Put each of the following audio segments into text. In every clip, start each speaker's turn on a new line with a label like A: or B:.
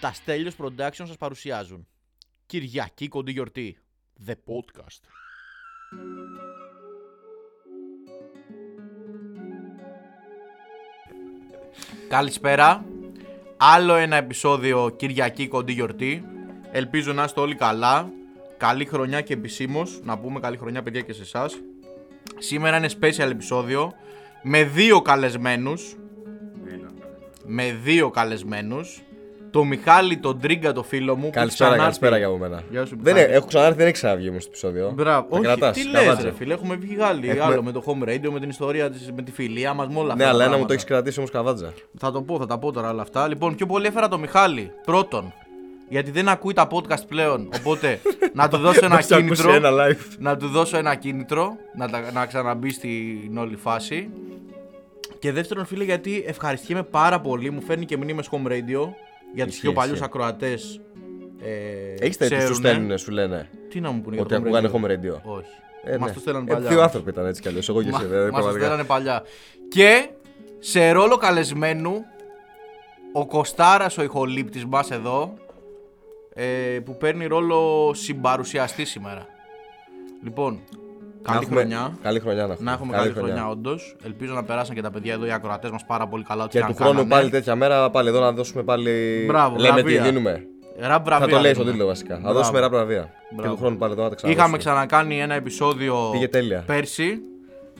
A: Τα Στέλιος Production σας παρουσιάζουν Κυριακή κοντή γιορτή The Podcast Καλησπέρα Άλλο ένα επεισόδιο Κυριακή κοντή γιορτή Ελπίζω να είστε όλοι καλά Καλή χρονιά και επισήμως. Να πούμε καλή χρονιά παιδιά και σε εσάς. Σήμερα είναι special επεισόδιο με δύο καλεσμένους με δύο καλεσμένους το Μιχάλη τον Τρίγκα το φίλο μου που
B: Καλησπέρα,
A: ξανάρθει-
B: καλησπέρα για από μένα.
A: Γεια σου,
B: δεν,
A: Μιχάλη.
B: έχω ξανάρθει, δεν έχει ξαναβγεί μου στο επεισόδιο.
A: Μπράβο,
B: Τα
A: όχι,
B: κρατάς,
A: τι λες
B: καβάτζα.
A: ρε φίλε, έχουμε βγει Γάλλοι,
B: Έχουμε-
A: άλλο με το home radio, με την ιστορία της, με τη φιλία μας, με όλα
B: Ναι,
A: αυτά τα
B: αλλά ένα μου το
A: πράγματα.
B: έχεις κρατήσει όμως καβάτζα.
A: Θα το πω, θα τα πω τώρα όλα αυτά. Λοιπόν, πιο πολύ έφερα το Μιχάλη, πρώτον, γιατί δεν ακούει τα podcast πλέον, οπότε να του δώσω ένα
B: Να σε ακούσει
A: κίνητρο,
B: ένα live.
A: να του δώσω ένα κίνητρο, να, τα- να ξαναμπεί στην όλη φάση. Και δεύτερον, φίλε, γιατί ευχαριστιέμαι πάρα πολύ. Μου φέρνει και μηνύμες home radio για τους
B: Ισχύει,
A: πιο ε, παλιού
B: ισχύει.
A: ακροατέ.
B: Έχεις τέτοιους που σου στέλνουν, σου λένε.
A: Τι να μου πούνε για
B: Ότι
A: το home
B: ακούγανε
A: radio.
B: home radio.
A: Όχι.
B: Ε,
A: Μα
B: ναι.
A: το στέλνανε
B: Ε,
A: παλιά.
B: Δύο άνθρωποι ήταν έτσι κι αλλιώς. Εγώ και εσύ. δεν-
A: Μας το
B: ε, πραγματικά.
A: στέλνανε παλιά. Και σε ρόλο καλεσμένου, ο Κωστάρας ο ηχολήπτης μας εδώ, ε, που παίρνει ρόλο συμπαρουσιαστή σήμερα. Λοιπόν,
B: Να
A: καλή
B: έχουμε-
A: χρονιά.
B: Καλή χρονιά να έχουμε.
A: Να έχουμε καλή, χρονιά, όντως. Ελπίζω να περάσαν και τα παιδιά εδώ, οι ακροατές μας πάρα πολύ καλά. Ό,τι
B: Και
A: αν
B: του χρόνου
A: κάνανε.
B: πάλι τέτοια μέρα πάλι εδώ να δώσουμε πάλι.
A: ναι. Μπράβο,
B: Λέμε τι
A: βραβεία.
B: δίνουμε.
A: Ραπ βραβεία
B: Θα το λέει στον
A: δίνουμε.
B: τίτλο βασικά. Θα
A: Μπράβο.
B: δώσουμε ράπ βραβεία. Και
A: Μπράβο.
B: του χρόνου πάλι εδώ να τα ξαναδώσουμε.
A: Είχαμε ξανακάνει ένα επεισόδιο
B: Πήγε τέλεια.
A: πέρσι.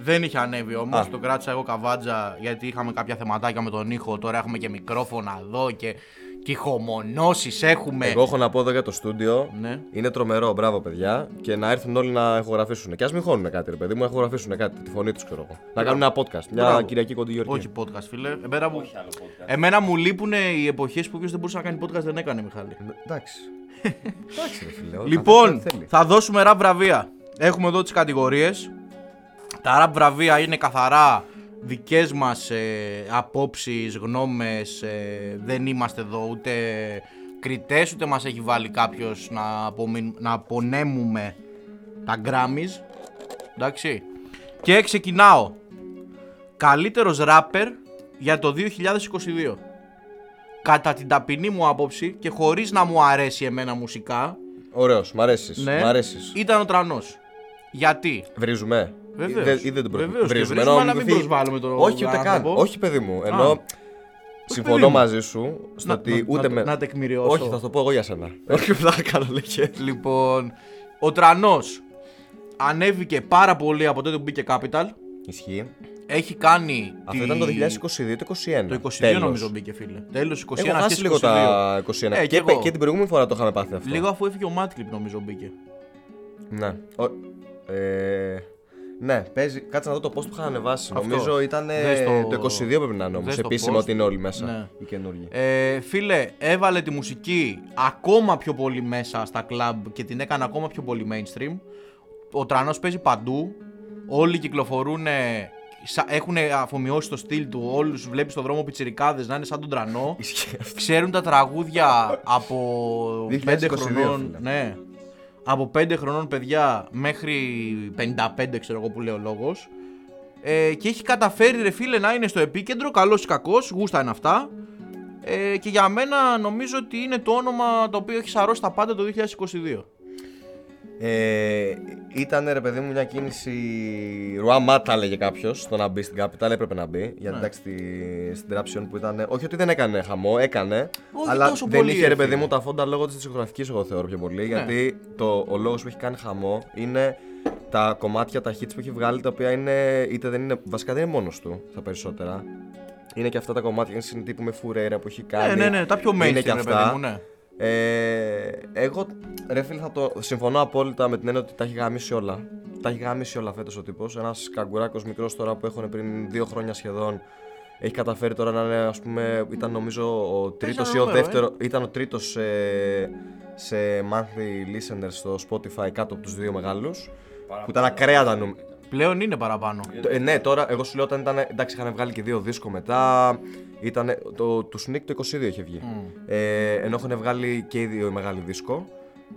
A: Δεν είχε ανέβει όμως.
B: Α.
A: Το κράτησα εγώ καβάτζα γιατί είχαμε κάποια θεματάκια με τον ήχο. Τώρα έχουμε και μικρόφωνα εδώ και, και ηχομονώσει έχουμε.
B: Εγώ έχω να πω εδώ για το στούντιο.
A: Ναι.
B: Είναι τρομερό, μπράβο παιδιά. Και να έρθουν όλοι να ηχογραφήσουν. Και ας μην χώνουν κάτι, ρε παιδί μου, να ηχογραφήσουν κάτι. Τη φωνή τους, ξέρω εγώ. Να κάνουν ένα podcast. Μια
A: Μπράβο.
B: Κυριακή κοντή γιορτή.
A: Όχι podcast, φίλε. Εμένα, μου... Εμένα μου λείπουν οι εποχές που ποιο δεν μπορούσε να κάνει podcast, δεν έκανε, Μιχάλη.
B: Εντάξει. Εντάξει, ρε φίλε. ο καθένας
A: Λοιπόν,
B: ό,τι θέλει.
A: θα δώσουμε ραπ βραβεία. Έχουμε εδώ τις κατηγορίες. Τα ραπ βραβεία είναι καθαρά δικές μας ε, απόψεις, γνώμες. ε, δεν είμαστε εδώ ούτε κριτές, ούτε μας έχει βάλει κάποιος να, απομειν- να απονέμουμε τα Grammys. Εντάξει. Και ξεκινάω. Καλύτερος ράπερ για το 2022. Κατά την ταπεινή μου άποψη και χωρίς να μου αρέσει εμένα μουσικά,
B: Ωραίος, μ' αρέσεις.
A: ναι,
B: Μ' αρέσεις.
A: ήταν ο τρανός. Γιατί.
B: Βρίζουμε.
A: Βεβαίως.
B: Ή δεν- Ή δεν τον προ-
A: Βεβαίως και βρίζουμε,
B: ενώ
A: αλλά μην
B: δοθεί-
A: προσβάλλουμε τον
B: Όχι, ούτε καν.
A: άνθρωπο.
B: Όχι, παιδί μου.
A: Α.
B: Ενώ
A: παιδί
B: συμφωνώ
A: μου.
B: μαζί σου στο ότι ούτε
A: να,
B: με.
A: να τεκμηριώσω.
B: Όχι, θα το πω εγώ για σένα. Όχι, θα κάνω λέγε.
A: Λοιπόν, ο τρανός ανέβηκε πάρα πολύ από τότε που μπήκε Capital.
B: Ισχύει.
A: Έχει κάνει.
B: Αυτό
A: τη-
B: ήταν το 2022 το 2021.
A: Το 22 νομίζω μπήκε, φίλε. Τέλος 21
B: Έχω χάσει
A: αρχές
B: λίγο
A: 22.
B: τα 21.
A: Ε,
B: και,
A: κι εγώ.
B: επε- και την προηγούμενη φορά το είχαμε πάθει αυτό.
A: Λίγο αφού έφυγε ο Μάτκλιπ, νομίζω μπήκε.
B: Ναι. Ο- ε, ναι, παίζει. Κάτσε να δω το πώ το είχα ανεβάσει.
A: Αυτό.
B: Νομίζω ήταν ε,
A: Δες το-
B: το 22 πρέπει να είναι όμως.
A: δες το
B: Επίσημα
A: post.
B: ότι είναι όλοι μέσα.
A: Ναι.
B: Οι καινούργοι.
A: Ε, φίλε, έβαλε τη μουσική ακόμα πιο πολύ μέσα στα κλαμπ και την έκανε ακόμα πιο πολύ mainstream. Ο τρανός παίζει παντού. Όλοι κυκλοφορούν. Έχουν αφομοιώσει το στυλ του. Όλους βλέπεις στον δρόμο πιτσιρικάδες να είναι σαν τον τρανό.
B: Ισχύει αυτό.
A: Ξέρουν τα τραγούδια από
B: 2022
A: 5 χρονών.
B: φίλε.
A: Ναι. Από 5 χρονών παιδιά μέχρι 55, ξέρω εγώ που λέει ο λόγος. Ε, και έχει καταφέρει ρε φίλε να είναι στο επίκεντρο, καλός ή κακός, γούστα είναι αυτά. Ε, και για μένα νομίζω ότι είναι το όνομα το οποίο έχει σαρώσει τα πάντα το 2022.
B: Ε, ήταν ρε παιδί μου μια κίνηση. Ρουά μάτα λέγε κάποιος το να μπει στην Capital. Έπρεπε να μπει.
A: Ναι.
B: Γιατί εντάξει στη- στην Traption που ήταν. Όχι ότι δεν έκανε χαμό, έκανε.
A: Όχι
B: αλλά
A: τόσο
B: δεν
A: πολύ,
B: είχε
A: ρε
B: ρε παιδί
A: φίλε. Ναι.
B: μου τα φόντα λόγω της ηχογραφική, εγώ θεωρώ πιο πολύ. Γιατί το, ο λόγος που έχει κάνει χαμό είναι τα κομμάτια, τα hits που έχει βγάλει, τα οποία είναι. είτε δεν είναι. βασικά δεν είναι μόνος του τα περισσότερα. Είναι και αυτά τα κομμάτια, είναι συνειδητοί που με φουρέρα που έχει
A: Ναι,
B: κάνει.
A: ναι, ναι, τα πιο mainstream
B: Είναι
A: ρε
B: και αυτά.
A: παιδί μου, ναι.
B: Ε, εγώ, ρε φίλε, θα το συμφωνώ απόλυτα με την έννοια ότι τα έχει γαμίσει όλα. Τα έχει γαμίσει όλα φέτος ο τύπος. Ένας καγκουράκος μικρός τώρα που έχουν πριν δύο χρόνια σχεδόν. Έχει καταφέρει τώρα να είναι, ας πούμε, ήταν νομίζω ο τρίτος ή ο
A: νούμερο, ε.
B: δεύτερο. Ήταν ο τρίτος σε, σε monthly listeners στο Spotify κάτω από τους δύο μεγάλους. Που ήταν ακραία τα νούμερα.
A: Πλέον είναι παραπάνω.
B: Ε, ναι, τώρα εγώ σου λέω όταν ήταν. Εντάξει, είχαν βγάλει και δύο δίσκο μετά. Ήταν, το, το Sneak το 22 είχε βγει. Ε, ενώ έχουν βγάλει και οι δύο μεγάλοι δίσκο.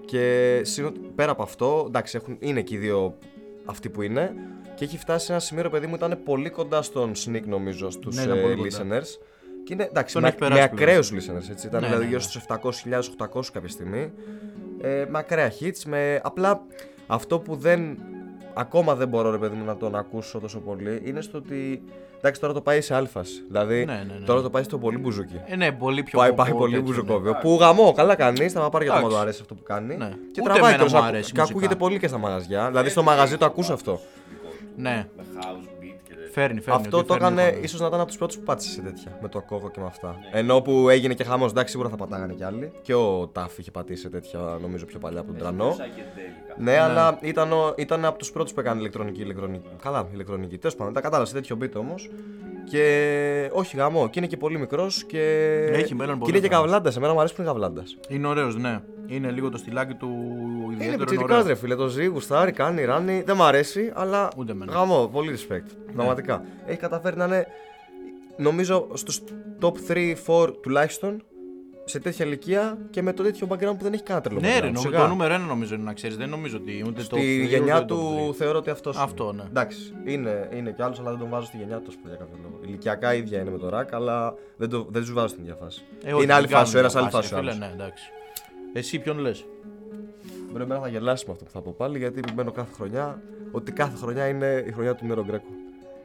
B: Και σύν- πέρα από αυτό, εντάξει, έχουν, είναι και οι δύο αυτοί που είναι. Και έχει φτάσει σε ένα σημείο, ρε παιδί μου, ήταν πολύ κοντά στον Sneak νομίζω, στους
A: Ναι, ήταν πολύ κοντά.
B: listeners. Και είναι εντάξει,
A: Τον
B: με,
A: έχει
B: με
A: περάσει
B: ακραίους listeners. Έτσι. Ήταν
A: Ναι,
B: δηλαδή
A: ναι,
B: γύρω
A: ναι.
B: στους 700.000-800 κάποια στιγμή. Ε, με ακραία hits. Με... Απλά αυτό που δεν. Ακόμα δεν μπορώ ρε παιδί μου να τον ακούσω τόσο πολύ είναι στο ότι. Εντάξει, τώρα το πάει σε αλφας. Δηλαδή
A: Ναι, ναι, ναι.
B: τώρα το πάει στο πολύ μπουζούκι.
A: Ε, ναι, πολύ πιο
B: Πάει,
A: κόκο,
B: πάει πολύ
A: τέτοιο, ναι.
B: μπουζουκόβιο. Που γαμώ, καλά κάνεις. Θα πάρει γιατί μου
A: Εντάξει.
B: το αρέσει αυτό που κάνει.
A: Ναι.
B: Και
A: Ούτε
B: τραβάει
A: εμένα
B: κιόλας,
A: μου
B: ακού-
A: αρέσει
B: Και ακούγεται
A: μουσικά. Ε,
B: πολύ και στα μαγαζιά. Δηλαδή στο μαγαζί το ακούς αυτό.
A: Ναι.
C: Με house beat και τέτοια.
A: Φέρνει, φέρνει.
B: Αυτό
A: ότι
B: το
A: φέρνει
B: έκανε,
A: πάνω.
B: ίσως να ήταν από τους πρώτους που πάτησε σε τέτοια. Με το κόκο και με αυτά. Ενώ που έγινε και χαμός, εντάξει, σίγουρα θα πατάγανε κι άλλοι. Και ο Τάφ είχε πατήσει σε τέτοια, νομίζω, πιο παλιά από τον Τρανό.
C: Psychedelic.
B: Ναι, αλλά ήταν, ο- ήταν από τους πρώτους που έκανε ηλεκτρονική. ηλεκτρονική. Καλά, ηλεκτρονική. Τέλος πάντων, τα κατάλαβε σε τέτοιο beat όμως. Και όχι γαμό, και είναι και πολύ μικρός και.
A: Έχει μέλλον
B: Και
A: πολύ
B: είναι και
A: μεγάλος.
B: καβλάντας. Εμένα μου αρέσει που είναι καβλάντας.
A: Είναι ωραίος, ναι. Είναι λίγο το στυλάκι του ιδιαίτερο.
B: Είναι
A: ωραίο.
B: πιτσιρικά ρε φίλε, το ζει, γουστάρει, κάνει, ράνει. Δεν μ' αρέσει, αλλά
A: Ούτε εμένα.
B: γαμό, πολύ respect. Πραγματικά. Έχει καταφέρει να είναι, νομίζω, στους top 3-4 τουλάχιστον σε τέτοια ηλικία και με το τέτοιο background που δεν έχει κανένα τρελό.
A: Ναι,
B: background,
A: ρε, νομίζω,
B: σιγά.
A: το νούμερο ένα νομίζω είναι να ξέρεις. Δεν νομίζω ότι ούτε το.
B: Στη
A: three, ούτε
B: γενιά
A: το
B: του
A: three.
B: θεωρώ ότι αυτός.
A: Αυτό, ναι.
B: Εντάξει, είναι, είναι κι άλλος, αλλά δεν τον βάζω στη γενιά του ας πούμε, για κάποιο λόγο. Ηλικιακά ίδια είναι με το ρακ, αλλά δεν, το, δεν τους βάζω στην ίδια φάση.
A: Ε, όχι,
B: είναι άλλη
A: δεν κάνουν
B: φάση, ο ένα
A: τα
B: άλλη
A: πάση,
B: φάση. ο
A: ρε φίλε,
B: άλλος.
A: Ναι, εντάξει. Εσύ ποιον λες.
B: Μπορεί εμένα να γελάσει με αυτό που θα πω πάλι, γιατί επιμένω κάθε χρονιά ότι κάθε χρονιά είναι η χρονιά του Νέρο Γκρέκο.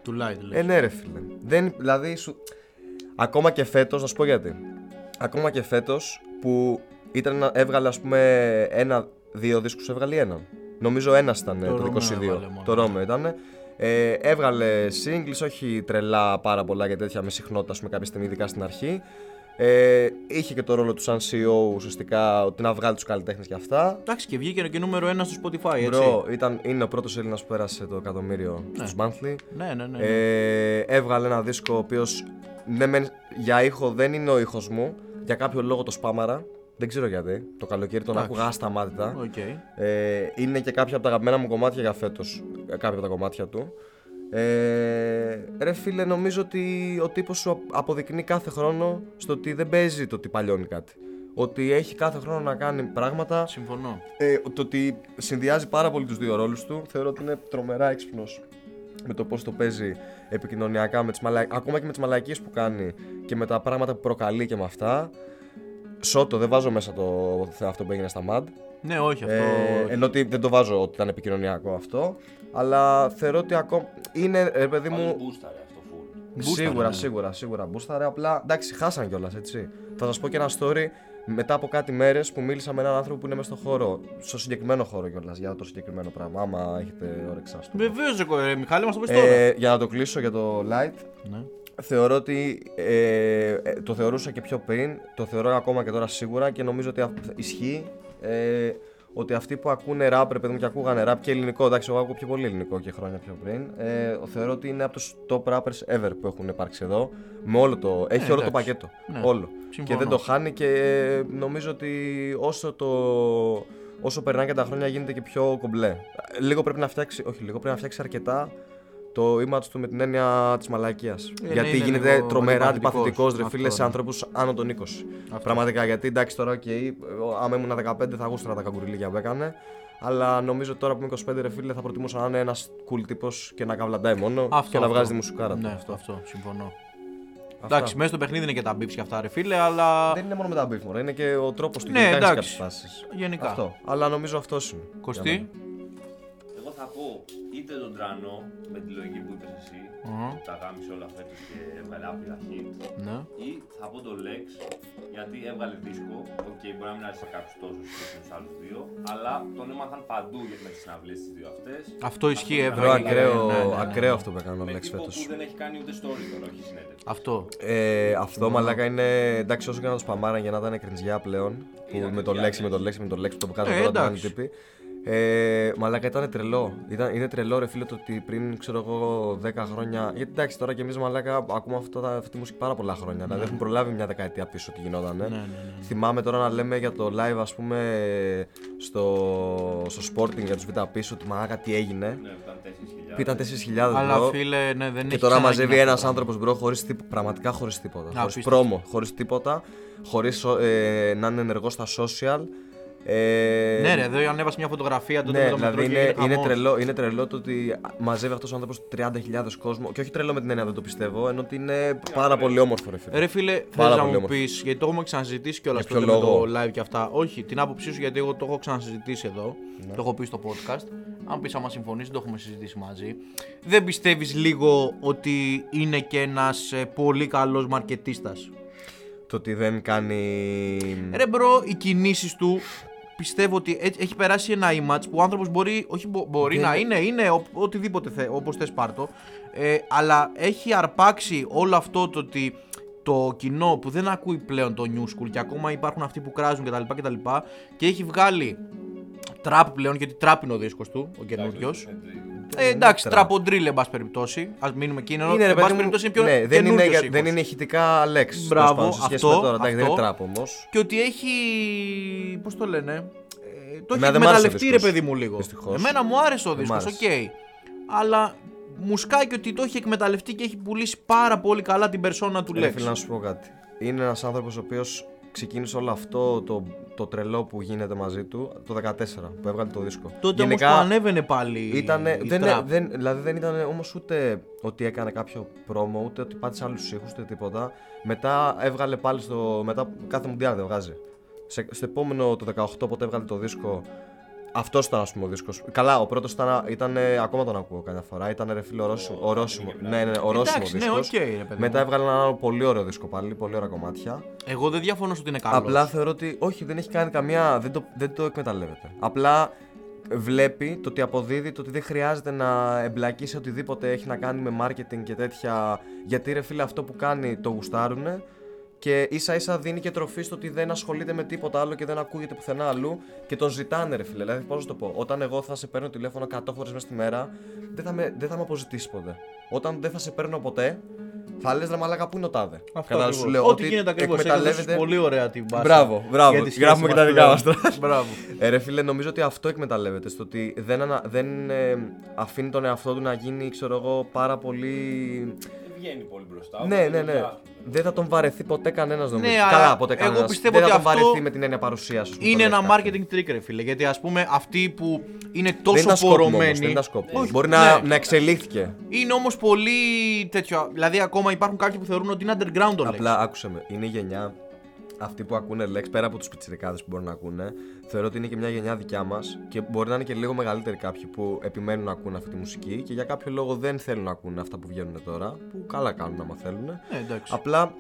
A: Του Light λες.
B: Ε, ναι, ρε φίλε. Δεν, δηλαδή, σου... ακόμα και φέτος, να σου πω γιατί. Ακόμα και φέτος που ήταν, ένα- έβγαλε, ας πούμε, ένα-δύο δίσκους, έβγαλε ή έναν. Νομίζω ένας ήταν ε, το,
A: Ρώμεο
B: το 22.
A: έβαλε μόνο.
B: το Ρώμεο ήταν. Ε, έβγαλε singles, όχι τρελά πάρα πολλά και τέτοια με συχνότητα, ας πούμε, κάποια στιγμή, ειδικά στην αρχή. Ε, είχε και το ρόλο του σαν CEO ουσιαστικά ότι να βγάλει τους καλλιτέχνες και αυτά.
A: Εντάξει και βγήκε και νούμερο ένα στο Spotify, έτσι.
B: Μπρο, ήταν, είναι ο πρώτος Έλληνας που πέρασε το εκατομμύριο στους monthly.
A: Ναι, ναι, ναι. ναι.
B: Ε, έβγαλε ένα δίσκο ο οποίος ναι, μεν, για ήχο δεν είναι ο ήχος μου. Για κάποιο λόγο το σπάμαρα. Δεν ξέρω γιατί. Το καλοκαίρι τον
A: Εντάξει.
B: άκουγα ασταμάτητα.
A: Οκ.
B: Ε, είναι και κάποια από τα αγαπημένα μου κομμάτια για φέτος. Κάποια από τα κομμάτια του. Ε, ρε φίλε, νομίζω ότι ο τύπος σου αποδεικνύει κάθε χρόνο στο ότι δεν παίζει το ότι παλιώνει κάτι. Ότι έχει κάθε χρόνο να κάνει πράγματα.
A: Συμφωνώ.
B: Ε, το ότι συνδυάζει πάρα πολύ τους δύο ρόλους του, θεωρώ ότι είναι τρομερά έξυπνος με το πώς το παίζει επικοινωνιακά, με τις μαλα... ακόμα και με τις μαλακίες που κάνει και με τα πράγματα που προκαλεί και με αυτά. Σώτο, δεν βάζω μέσα το αυτό που έγινε στα MAD.
A: Ναι, όχι αυτό.
B: Ε, ενώ ότι δεν το βάζω ότι ήταν επικοινωνιακό αυτό. Αλλά θεωρώ ότι ακόμα. Είναι, ρε παιδί
C: Πάντως
B: μου,
C: μπούσταρε αυτό full.
A: Μπούσταρε,
B: σίγουρα,
A: ναι.
B: σίγουρα, σίγουρα μπούσταρε. Απλά εντάξει, χάσαν κιόλας, έτσι. Θα σας πω και ένα story μετά από κάτι μέρες που μίλησα με έναν άνθρωπο που είναι μέσα στο χώρο. Στο συγκεκριμένο χώρο κιόλας, για το συγκεκριμένο πράγμα. Άμα έχετε όρεξη, ας το πω.
A: Βεβαίως, ρε, κο- ε, Μιχάλη, μας το πεις τώρα.
B: Ε, για να το κλείσω για το light,
A: Ναι.
B: θεωρώ ότι. ε, ε, το θεωρούσα και πιο πριν, το θεωρώ ακόμα και τώρα σίγουρα και νομίζω ότι αυ- ισχύει. Ε, ότι αυτοί που ακούνε ραπ, ρε παιδί μου, και ακούγανε ραπ και ελληνικό, εντάξει, εγώ ακούω πιο πολύ ελληνικό και χρόνια πιο πριν. Ε, θεωρώ ότι είναι από τους top rappers ever που έχουν υπάρξει εδώ. Με όλο το. Έχει όλο το
A: εντάξει.
B: πακέτο.
A: Ναι.
B: Όλο. Και
A: Συμφωνώ.
B: δεν το χάνει και νομίζω ότι όσο το. Όσο περνάνε και τα χρόνια γίνεται και πιο κομπλέ. Λίγο πρέπει να φτιάξει, όχι λίγο, πρέπει να φτιάξει αρκετά το image του με την έννοια της μαλακίας.
A: ναι,
B: γιατί
A: είναι
B: γίνεται
A: λίγο
B: τρομερά
A: αντιπαθητικός.
B: αντιπαθητικός ρε
A: Αυτό,
B: φίλε σε
A: ναι.
B: ανθρώπους άνω των 20. Πραγματικά γιατί εντάξει τώρα, οκ, άμα ήμουν 15 θα γούστρα τα καγκουριλίκια που έκανε. Αλλά νομίζω τώρα που είμαι 25 ρε φίλε θα προτιμούσα να είναι ένας cool τύπος και να καβλαντάει μόνο
A: Αυτό,
B: και να
A: αυτό.
B: βγάζει τη μουσουκάρα του.
A: Ναι,
B: Αυτό.
A: αυτό, αυτό. Συμφωνώ.
B: Αυτά.
A: Εντάξει, μέσα στο παιχνίδι είναι και τα μπίψη και αυτά, ρε φίλε, αλλά.
B: Δεν είναι μόνο με τα μπίφ, μωρέ, είναι και ο τρόπος του
A: Ναι,
B: ναι, γενικά
A: εντάξει.
B: κάποιε φάσει.
A: Γενικά.
B: Αυτό. Αλλά νομίζω αυτός είναι. Για μένα.
A: Κωστή.
C: Εγώ θα πω είτε τον τρανό με τη λογική που είπες εσύ,
A: Μμμ.
C: που τα κάμισε όλα φέτος και έβγαλε άπειρα hit,
A: Ναι.
C: ή θα πω το Lex, γιατί έβγαλε δίσκο. Οκ, μπορεί να μην άρεσε σε κάποιους τόσους και στους άλλους δύο, αλλά τον έμαθαν παντού με τις συναυλίες τις δύο αυτές.
A: Αυτό ισχύει,
C: Αυτό
B: Βρω
A: έβγαλε
C: ήταν
B: ακραίο,
A: ναι, ναι, ναι.
B: ακραίο αυτό που έκανε ο
C: Με
B: Λέξ
C: τύπο
B: φέτος.
C: που δεν έχει κάνει ούτε story τώρα, όχι συνέντευξη.
A: Αυτό.
B: Ε, αυτό μαλάκα είναι. Εντάξει, όσο και να το σπαμάραν για να ήταν κρινζιά πλέον. Που
C: Ήταν
B: με το
C: κρινζιά,
B: λέξη, με το λέξη, με το λέξη που το βγάζουν
A: Ε,
B: τώρα τον
A: εντάξει.
B: τύπη. Ε, μαλάκα ήταν τρελό. Ήταν, είναι τρελό ρε φίλε το ότι πριν ξέρω εγώ 10 χρόνια. Γιατί εντάξει τώρα και εμείς μαλάκα ακούμε αυτά, τα- αυτή τη μουσική πάρα πολλά χρόνια. Δηλαδή έχουμε προλάβει μια δεκαετία πίσω τι γινόταν.
A: Ναι, ναι, ναι.
B: Θυμάμαι τώρα να λέμε για το live ας πούμε στο, στο Sporting για τους β' πίσω ότι μαλάκα τι έγινε.
C: Ναι, ήταν 4.000.
B: Που ήταν 4.000
A: Αλλά
B: ευρώ.
A: φίλε, ναι, δεν
B: Και
A: έχει
B: τώρα
A: ξαναγίνει αυτό
B: μαζεύει ένα
A: το
B: άνθρωπος μπρο χωρίς τίποτα. Πραγματικά χωρίς τίποτα. ε, Χωρίς
A: απίστευτο.
B: πρόμο, χωρίς τίποτα. Χωρίς να είναι ενεργός στα social. Ε,
A: Ναι, ρε, εδώ ανέβασε μια φωτογραφία τότε
B: ναι,
A: με το
B: δηλαδή
A: μετρό και
B: είναι,
A: έγινε
B: είναι,
A: χαμός.
B: τρελό, είναι τρελό το ότι μαζεύει αυτός ο άνθρωπος 30.000 κόσμο. Και όχι τρελό με την έννοια δεν το πιστεύω, ενώ ότι είναι πάρα πολύ όμορφο ρε φίλε.
A: Ρε φίλε,
B: Πάρα
A: θες να μου
B: πολύ όμορφο.
A: πεις, γιατί το έχουμε ξαναζητήσει κιόλας
B: Για
A: τότε
B: ποιο
A: με το
B: λόγο?
A: live και αυτά. Όχι, την άποψή σου, γιατί εγώ το έχω ξανασυζητήσει εδώ.
B: Ναι.
A: Το έχω πει στο podcast. Αν πεις άμα συμφωνείς, το έχουμε συζητήσει μαζί. Δεν πιστεύεις λίγο ότι είναι και ένας πολύ καλός μαρκετίστας.
B: Το ότι δεν κάνει.
A: Mm. Ρε μπρο, οι κινήσεις του πιστεύω ότι έ- έχει περάσει ένα image που ο άνθρωπος μπορεί, όχι μπο- μπορεί να είναι, είναι ο- οτιδήποτε θε, όπως θες πάρτο. Ε, αλλά έχει αρπάξει όλο αυτό το ότι το κοινό που δεν ακούει πλέον το new school και ακόμα υπάρχουν αυτοί που κράζουν κτλ. Και, και έχει βγάλει τραπ πλέον, γιατί τραπ είναι ο δίσκος του, ο καινούριο. Ε, εντάξει,
B: Τραπ.
A: τραποντρίλ, εν πάση περιπτώσει. Ας μείνουμε κίνδυνο.
B: ρε
A: εν πάση
B: μου,
A: περιπτώσει, είναι πιο
B: ναι, δεν, είναι,
A: καινούριος
B: για-
A: ήχος.
B: δεν είναι ηχητικά λέξεις
A: Μπράβο,
B: τέλος πάντων, σε σχέση
A: αυτό,
B: με τώρα. Εντάξει, δεν είναι
A: αυτό.
B: τραπ όμως.
A: Και ότι έχει. Πώς το λένε. ε, το έχει
B: Εμένα δεν μ' άρεσε ο
A: εκμεταλλευτεί ρε
B: δίσκος,
A: παιδί μου λίγο.
B: δυστυχώς.
A: Εμένα μου άρεσε ο
B: Δεν μ'
A: δίσκος, οκ.
B: άρεσε.
A: Αλλά μου σκάει και ότι το έχει εκμεταλλευτεί και έχει πουλήσει πάρα πολύ καλά την περσόνα του
B: Ε, Ρε φίλε,
A: Lex.
B: να σου πω κάτι. Είναι ένας άνθρωπος ο οποίος ξεκίνησε όλο αυτό το, το τρελό που γίνεται μαζί του το 14 που έβγαλε το δίσκο.
A: Τότε όμως που ανέβαινε πάλι.
B: Ήτανε,
A: η
B: δεν,
A: trap.
B: δεν, δηλαδή δεν ήταν όμως ούτε ότι έκανε κάποιο promo, ούτε ότι πάτησε άλλους ήχους, ούτε τίποτα. Μετά έβγαλε πάλι στο. Μετά κάθε μουντιάλ δεν βγάζει. Σε, στο επόμενο το 18 πότε έβγαλε το δίσκο. Αυτός ήταν α πούμε ο δίσκο. Καλά, ο πρώτος ήταν, ήταν, ε, ακόμα τον ακούω καμιά φορά. Ήταν ρε φίλο ορόσημο.
C: Ο-
B: ορόσημο.
C: Ορόσημο.
B: Ναι, ναι, ορόσημο
A: Εντάξει, ναι,
B: δίσκος.
A: οκ, ρε παιδί μου.
B: Μετά έβγαλε ένα άλλο πολύ ωραίο δίσκο πάλι, πολύ ωραία κομμάτια.
A: Εγώ δεν διαφωνώ στο ότι είναι καλός.
B: Απλά θεωρώ ότι όχι, δεν έχει κάνει καμία. Δεν το, δεν το εκμεταλλεύεται. Απλά βλέπει το ότι αποδίδει, το ότι δεν χρειάζεται να εμπλακεί σε οτιδήποτε έχει να κάνει με marketing και τέτοια. Γιατί ρε φίλε, αυτό που κάνει το γουστάρουνε και ίσα ίσα δίνει και τροφή στο ότι δεν ασχολείται με τίποτα άλλο και δεν ακούγεται πουθενά αλλού και τον ζητάνε ρε φίλε. Δηλαδή, πώς να σου το πω, όταν εγώ θα σε παίρνω τηλέφωνο 100 φορέ μέσα στη μέρα, δεν θα με, δεν θα με αποζητήσει ποτέ. Όταν δεν θα σε παίρνω ποτέ, θα λες ρε μαλάκα που είναι ο τάδε. Κατάλαβες,
A: ακριβώς.
B: σου λέω,
A: Ό,τι γίνεται ακριβώς. Εκμεταλλεύεται... Πολύ ωραία την μπάσα.
B: Μπράβο, μπράβο.
A: για τη σχέση
B: Γράφουμε και τα
A: μας
B: δικά μας
A: πλέον.
B: τώρα.
A: Μπράβο.
B: Ε, ρε φίλε, νομίζω ότι αυτό εκμεταλλεύεται. Στο ότι δεν, ανα, δεν ε, αφήνει τον εαυτό του να γίνει, ξέρω εγώ, πάρα πολύ.
C: Βγαίνει πολύ μπροστά.
B: ναι,
C: οπότε
B: ναι,
C: το
B: ναι.
C: βγάζουμε.
B: Δεν θα τον βαρεθεί ποτέ κανένας νομίζω.
A: Ναι, αλλά
B: Καλά, ποτέ
A: εγώ
B: κανένας.
A: πιστεύω
B: δεν θα
A: ότι
B: τον
A: αυτό
B: βαρεθεί με την έννοια παρουσία σου.
A: Είναι ένα marketing trick, ρε φίλε. Γιατί ας πούμε αυτοί που είναι
B: Δεν
A: τόσο
B: ήταν σκόπιμο όμως,
A: πορωμένοι.
B: δεν ήταν σκόπιμο.
A: Όχι,
B: Μπορεί να,
A: ναι.
B: να εξελίχθηκε.
A: Είναι όμως πολύ τέτοιο. Δηλαδή, ακόμα υπάρχουν κάποιοι που θεωρούν ότι είναι underground το Lex.
B: Απλά άκουσε με. Είναι η γενιά αυτοί που ακούνε Lex πέρα από τους πιτσιρικάδες που μπορούν να ακούνε. Θεωρώ ότι είναι και μια γενιά δικιά μας και μπορεί να είναι και λίγο μεγαλύτεροι κάποιοι που επιμένουν να ακούνε αυτή τη μουσική και για κάποιο λόγο δεν θέλουν να ακούνε αυτά που βγαίνουν τώρα. Που καλά κάνουν άμα θέλουν.
A: Ναι, εντάξει.
B: Απλά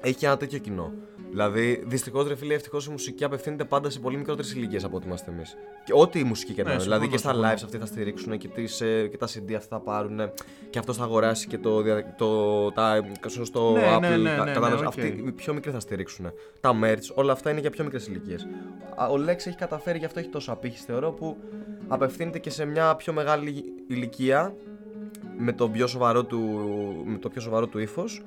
B: έχει και ένα τέτοιο κοινό. Δηλαδή, δυστυχώς, ρε φίλε, ευτυχώς η μουσική απευθύνεται πάντα σε πολύ μικρότερες ηλικίες από ό,τι είμαστε εμείς. Και ό,τι η μουσική και να
A: Ναι,
B: είναι.
A: συμφωνώ,
B: Δηλαδή και στα
A: συμφωνώ.
B: lives αυτοί θα στηρίξουν και, τις, ε, και τα CD αυτά θα πάρουν και αυτός θα αγοράσει και το, δια- το τα, στο
A: Ναι,
B: Apple.
A: ναι, ναι, ναι,
B: κα-
A: ναι,
B: κατάλαβες.
A: οκ.
B: Αυτοί οι πιο μικροί θα στηρίξουν. Τα merch, όλα αυτά είναι για πιο μικρές ηλικίες. Ο Lex έχει καταφέρει, γι' αυτό έχει τόσο απήχηση θεωρώ, που απευθύνεται και σε μια πιο μεγάλη ηλικία με το πιο σοβαρό του, με το πιο σοβαρό του ύφος.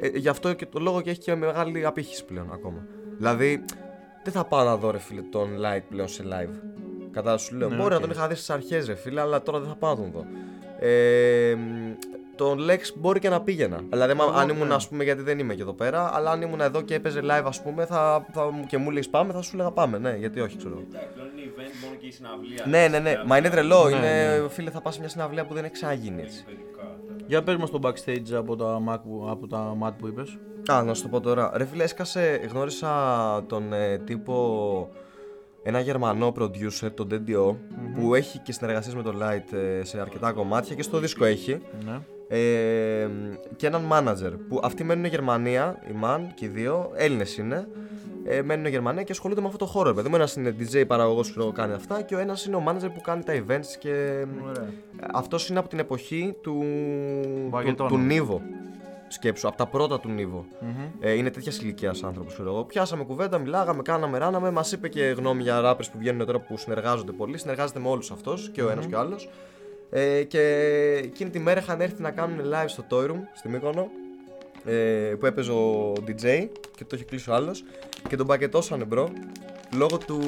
B: Ε, γι' αυτό και το λόγο και έχει και μεγάλη απήχηση πλέον ακόμα. Δηλαδή, δεν θα πάω να δω ρε φίλε τον Light πλέον σε live. Κατά σου λέω,
A: Ναι,
B: μπορεί
A: οκ.
B: να τον είχα δει στις αρχές ρε φίλε, αλλά τώρα δεν θα πάω να τον δω. Ε, μ, τον Lex μπορεί και να πήγαινα. Δηλαδή, άμα- αν ήμουν, ας πούμε, γιατί δεν είμαι και εδώ πέρα, αλλά αν ήμουν εδώ και έπαιζε live, ας πούμε, θα, θα, μου- και μου λέει πάμε, θα σου λέγα πάμε. Ναι, γιατί όχι, ξέρω. εγώ.
C: Εντάξει, πλέον είναι event μόνο και η συναυλία.
B: Ναι, ναι, ναι. Μα είναι τρελό.
A: Ναι,
B: είναι, Φίλε, θα πας σε μια συναυλία που δεν έχει ξαναγίνει έτσι.
C: Παιδικά.
A: Για πες μας το backstage από τα, Mac, που- από τα Mat που είπες.
B: Α, να σου το πω τώρα. Ρε φίλε, έσκασε, γνώρισα τον ε, τύπο, ένα γερμανό producer, τον DDO, που έχει και συνεργασίες με τον Light ε, σε αρκετά κομμάτια και στο δίσκο έχει.
A: Ναι.
B: Ε, και έναν manager που αυτοί μένουν Γερμανία, η Μαν και οι δύο, Έλληνες είναι. Ε, μένουν Γερμανία και ασχολούνται με αυτό το χώρο. Παιδί μου, ένας είναι DJ παραγωγός που κάνει αυτά και ο ένας είναι ο manager που κάνει τα events και.
A: Ωραία.
B: Αυτός είναι από την εποχή του, του,
A: Βαγγελτώνου.
B: του Νίβο. Σκέψου, από τα πρώτα του νιβο Ε, είναι τέτοια ηλικία άνθρωπος, ξέρω εγώ. Πιάσαμε κουβέντα, μιλάγαμε, κάναμε, ράναμε. Μας είπε και γνώμη για ράπε που βγαίνουν τώρα που συνεργάζονται πολύ. Συνεργάζεται με όλους αυτός και ο ένας και ο άλλος. Ε, και εκείνη τη μέρα είχαν έρθει να κάνουν live στο Toy Room, στη Μύκονο, ε, που έπαιζε ο DJ και το είχε κλείσει ο άλλος. Και τον πακετώσανε, μπρο, λόγω του.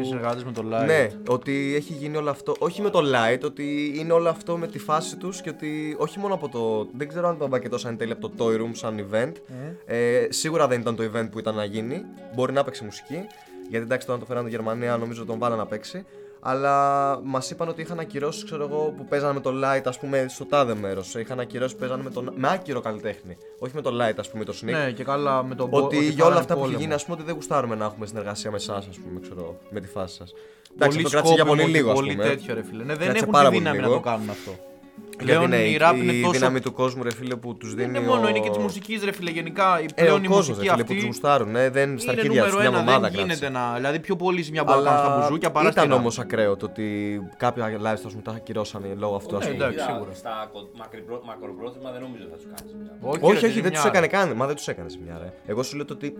A: Οι συνεργάτες με το live.
B: Ναι, ότι έχει γίνει όλο αυτό. Όχι με το light, ότι είναι όλο αυτό με τη φάση τους και ότι όχι μόνο από το. Δεν ξέρω αν το πακετώσαν εν τέλει από το Ε, Toy Room σαν event. Ε, σίγουρα δεν ήταν το event που ήταν να γίνει. Μπορεί να παίξει μουσική. Γιατί εντάξει, τώρα το φέρανε Γερμανία, νομίζω τον βάλανε να παίξει. Αλλά μας είπαν ότι είχαν ακυρώσει, ξέρω εγώ, που παίζανε με το light, ας πούμε, στο τάδε μέρος. Είχαν ακυρώσει που παίζανε με, τον... με άκυρο καλλιτέχνη. Όχι με το light, ας πούμε, το sneak.
A: Ναι, και καλά με τον
B: Ότι,
A: θα
B: για όλα
A: κάνανε
B: αυτά που έχει
A: πόλεμο.
B: γίνει, ας πούμε, ότι δεν γουστάρουμε να έχουμε συνεργασία με εσάς, ας πούμε, ξέρω, εγώ, με τη φάση σας. Εντάξει,
A: Πολύ
B: το κράτησε για
A: σκόπιμο
B: πολύ
A: και
B: λίγο, ας
A: Πολύ
B: πούμε.
A: τέτοιο, ρε φίλε. Ναι, δεν
B: Κράτησε
A: έχουν
B: πάρα
A: τη
B: πολύ
A: δύναμη να
B: λίγο.
A: το κάνουν αυτό.
B: Γιατί
A: Πλέον
B: ναι,
A: η ραπ είναι
B: η
A: τόσο.
B: δύναμη του κόσμου, ρε φίλε, που τους
A: Δεν
B: δίνει.
A: είναι μόνο,
B: ο-
A: είναι και της μουσικής, ρε φίλε. Γενικά η
B: Ε, ο
A: πλέον η
B: κόσμος,
A: μουσική
B: ρε φίλε, που του
A: αυτή.
B: γουστάρουν. Ναι, δεν, στα
A: Είναι
B: αρχίδια
A: νούμερο
B: τους, μια
A: ένα,
B: ομάδα
A: δεν γίνεται
B: κράτησε.
A: να. Δηλαδή, πιο πολύ μια μπουκά πάνω στα μπουζούκια παρά στη
B: ήταν
A: ραπ.
B: όμω ακραίο το ότι κάποια live σταθμού τα ακυρώσανε λόγω αυτού.
A: Ναι,
B: ας πούμε.
A: εντάξει,
C: Κοίτα,
A: σίγουρα.
C: Στα κο- μακρυπρό- μακροπρόθεσμα δεν νομίζω θα τους κάνεις.
B: Όχι,
A: ρε,
B: όχι, δεν
A: μια
B: του έκανε
A: άλλη.
B: καν. Μα δεν τους έκανε μια ρε. Εγώ σου λέω το ότι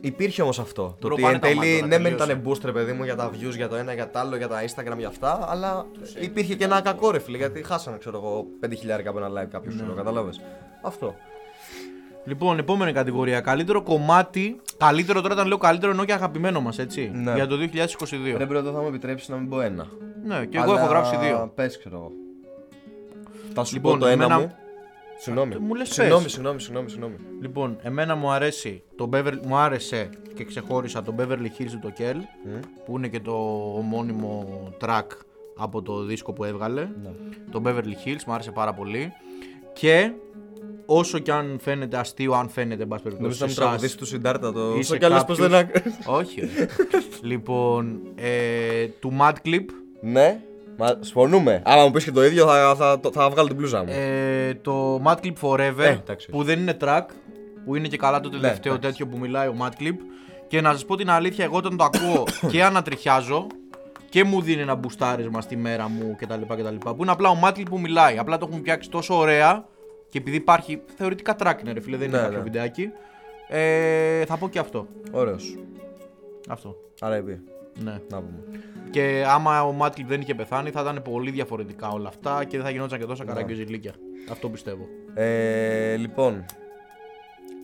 B: υπήρχε όμως αυτό. Το ότι
A: Προπάνε
B: εν
A: τα μάτια
B: τέλει,
A: να
B: ναι, μεν
A: τελειώσει.
B: ήταν boost, ρε παιδί μου, για τα views, για το ένα, για το άλλο, για τα Instagram, για αυτά, αλλά υπήρχε και ένα κακό ρε φίλε, γιατί χάσανε, ξέρω εγώ, 5.000 από ένα live κάποιος,
A: Ναι.
B: ξέρω, κατάλαβες. Αυτό.
A: Λοιπόν, επόμενη κατηγορία. Καλύτερο κομμάτι. Καλύτερο τώρα όταν λέω καλύτερο εννοώ και αγαπημένο μας, έτσι.
B: Ναι.
A: Για το 2022.
B: Ε, Ρε εδώ θα μου επιτρέψεις να μην πω ένα.
A: Ναι, και εγώ έχω γράψει δύο.
B: Πες, ξέρω εγώ. Θα σου
A: Λοιπόν,
B: πω το ένα
A: εμένα-
B: μου. Συγγνώμη.
A: Μου λες
B: συγγνώμη,
A: πες.
B: συγγνώμη, συγγνώμη, συγγνώμη.
A: Λοιπόν, εμένα μου αρέσει το Beverly, μου άρεσε και ξεχώρισα το Beverly Hills του το Kell, που είναι και το ομώνυμο track από το δίσκο που έβγαλε.
B: Ναι.
A: Το Beverly Hills μου άρεσε πάρα πολύ. Και όσο κι αν φαίνεται αστείο, αν φαίνεται, εν πάση περιπτώσει.
B: Νομίζω να μην
A: σε εσάς,
B: τραγουδήσει του Συντάρτα το.
A: είσαι
B: Όσο κι άλλε πω
A: κάποιος-
B: δεν άκου-
A: Όχι. ρε. λοιπόν, ε, του Mad Clip,
B: Ναι, μα συμφωνούμε. Άμα μου πεις και το ίδιο, θα, θα, το- θα βγάλω την πλούζα μου.
A: ε, το Mad Clip Forever,
B: Ε, εντάξει. Ναι,
A: που δεν είναι track, που είναι και καλά το τελευταίο
B: εντάξει.
A: τέτοιο που μιλάει ο Mad Clip. Και να σας πω την αλήθεια, εγώ όταν το ακούω και ανατριχιάζω και μου δίνει ένα μπουστάρισμα στη μέρα μου κτλ. κτλ που είναι απλά ο Mad Clip που μιλάει. Απλά το έχουν φτιάξει τόσο ωραία και επειδή υπάρχει θεωρητικά track είναι ρε φίλε, δεν είναι
B: Ναι,
A: κάποιο
B: ναι.
A: βιντεάκι. Ε, θα πω και αυτό.
B: Ωραίος.
A: Αυτό.
B: Άρα είπε.
A: Ναι.
B: Να πούμε.
A: Και άμα ο Μάτλιπ δεν είχε πεθάνει, θα ήταν πολύ διαφορετικά όλα αυτά και δεν θα γινόταν και τόσα
B: Ναι.
A: καραγκιόζηλίκια. Αυτό πιστεύω.
B: Ε, λοιπόν.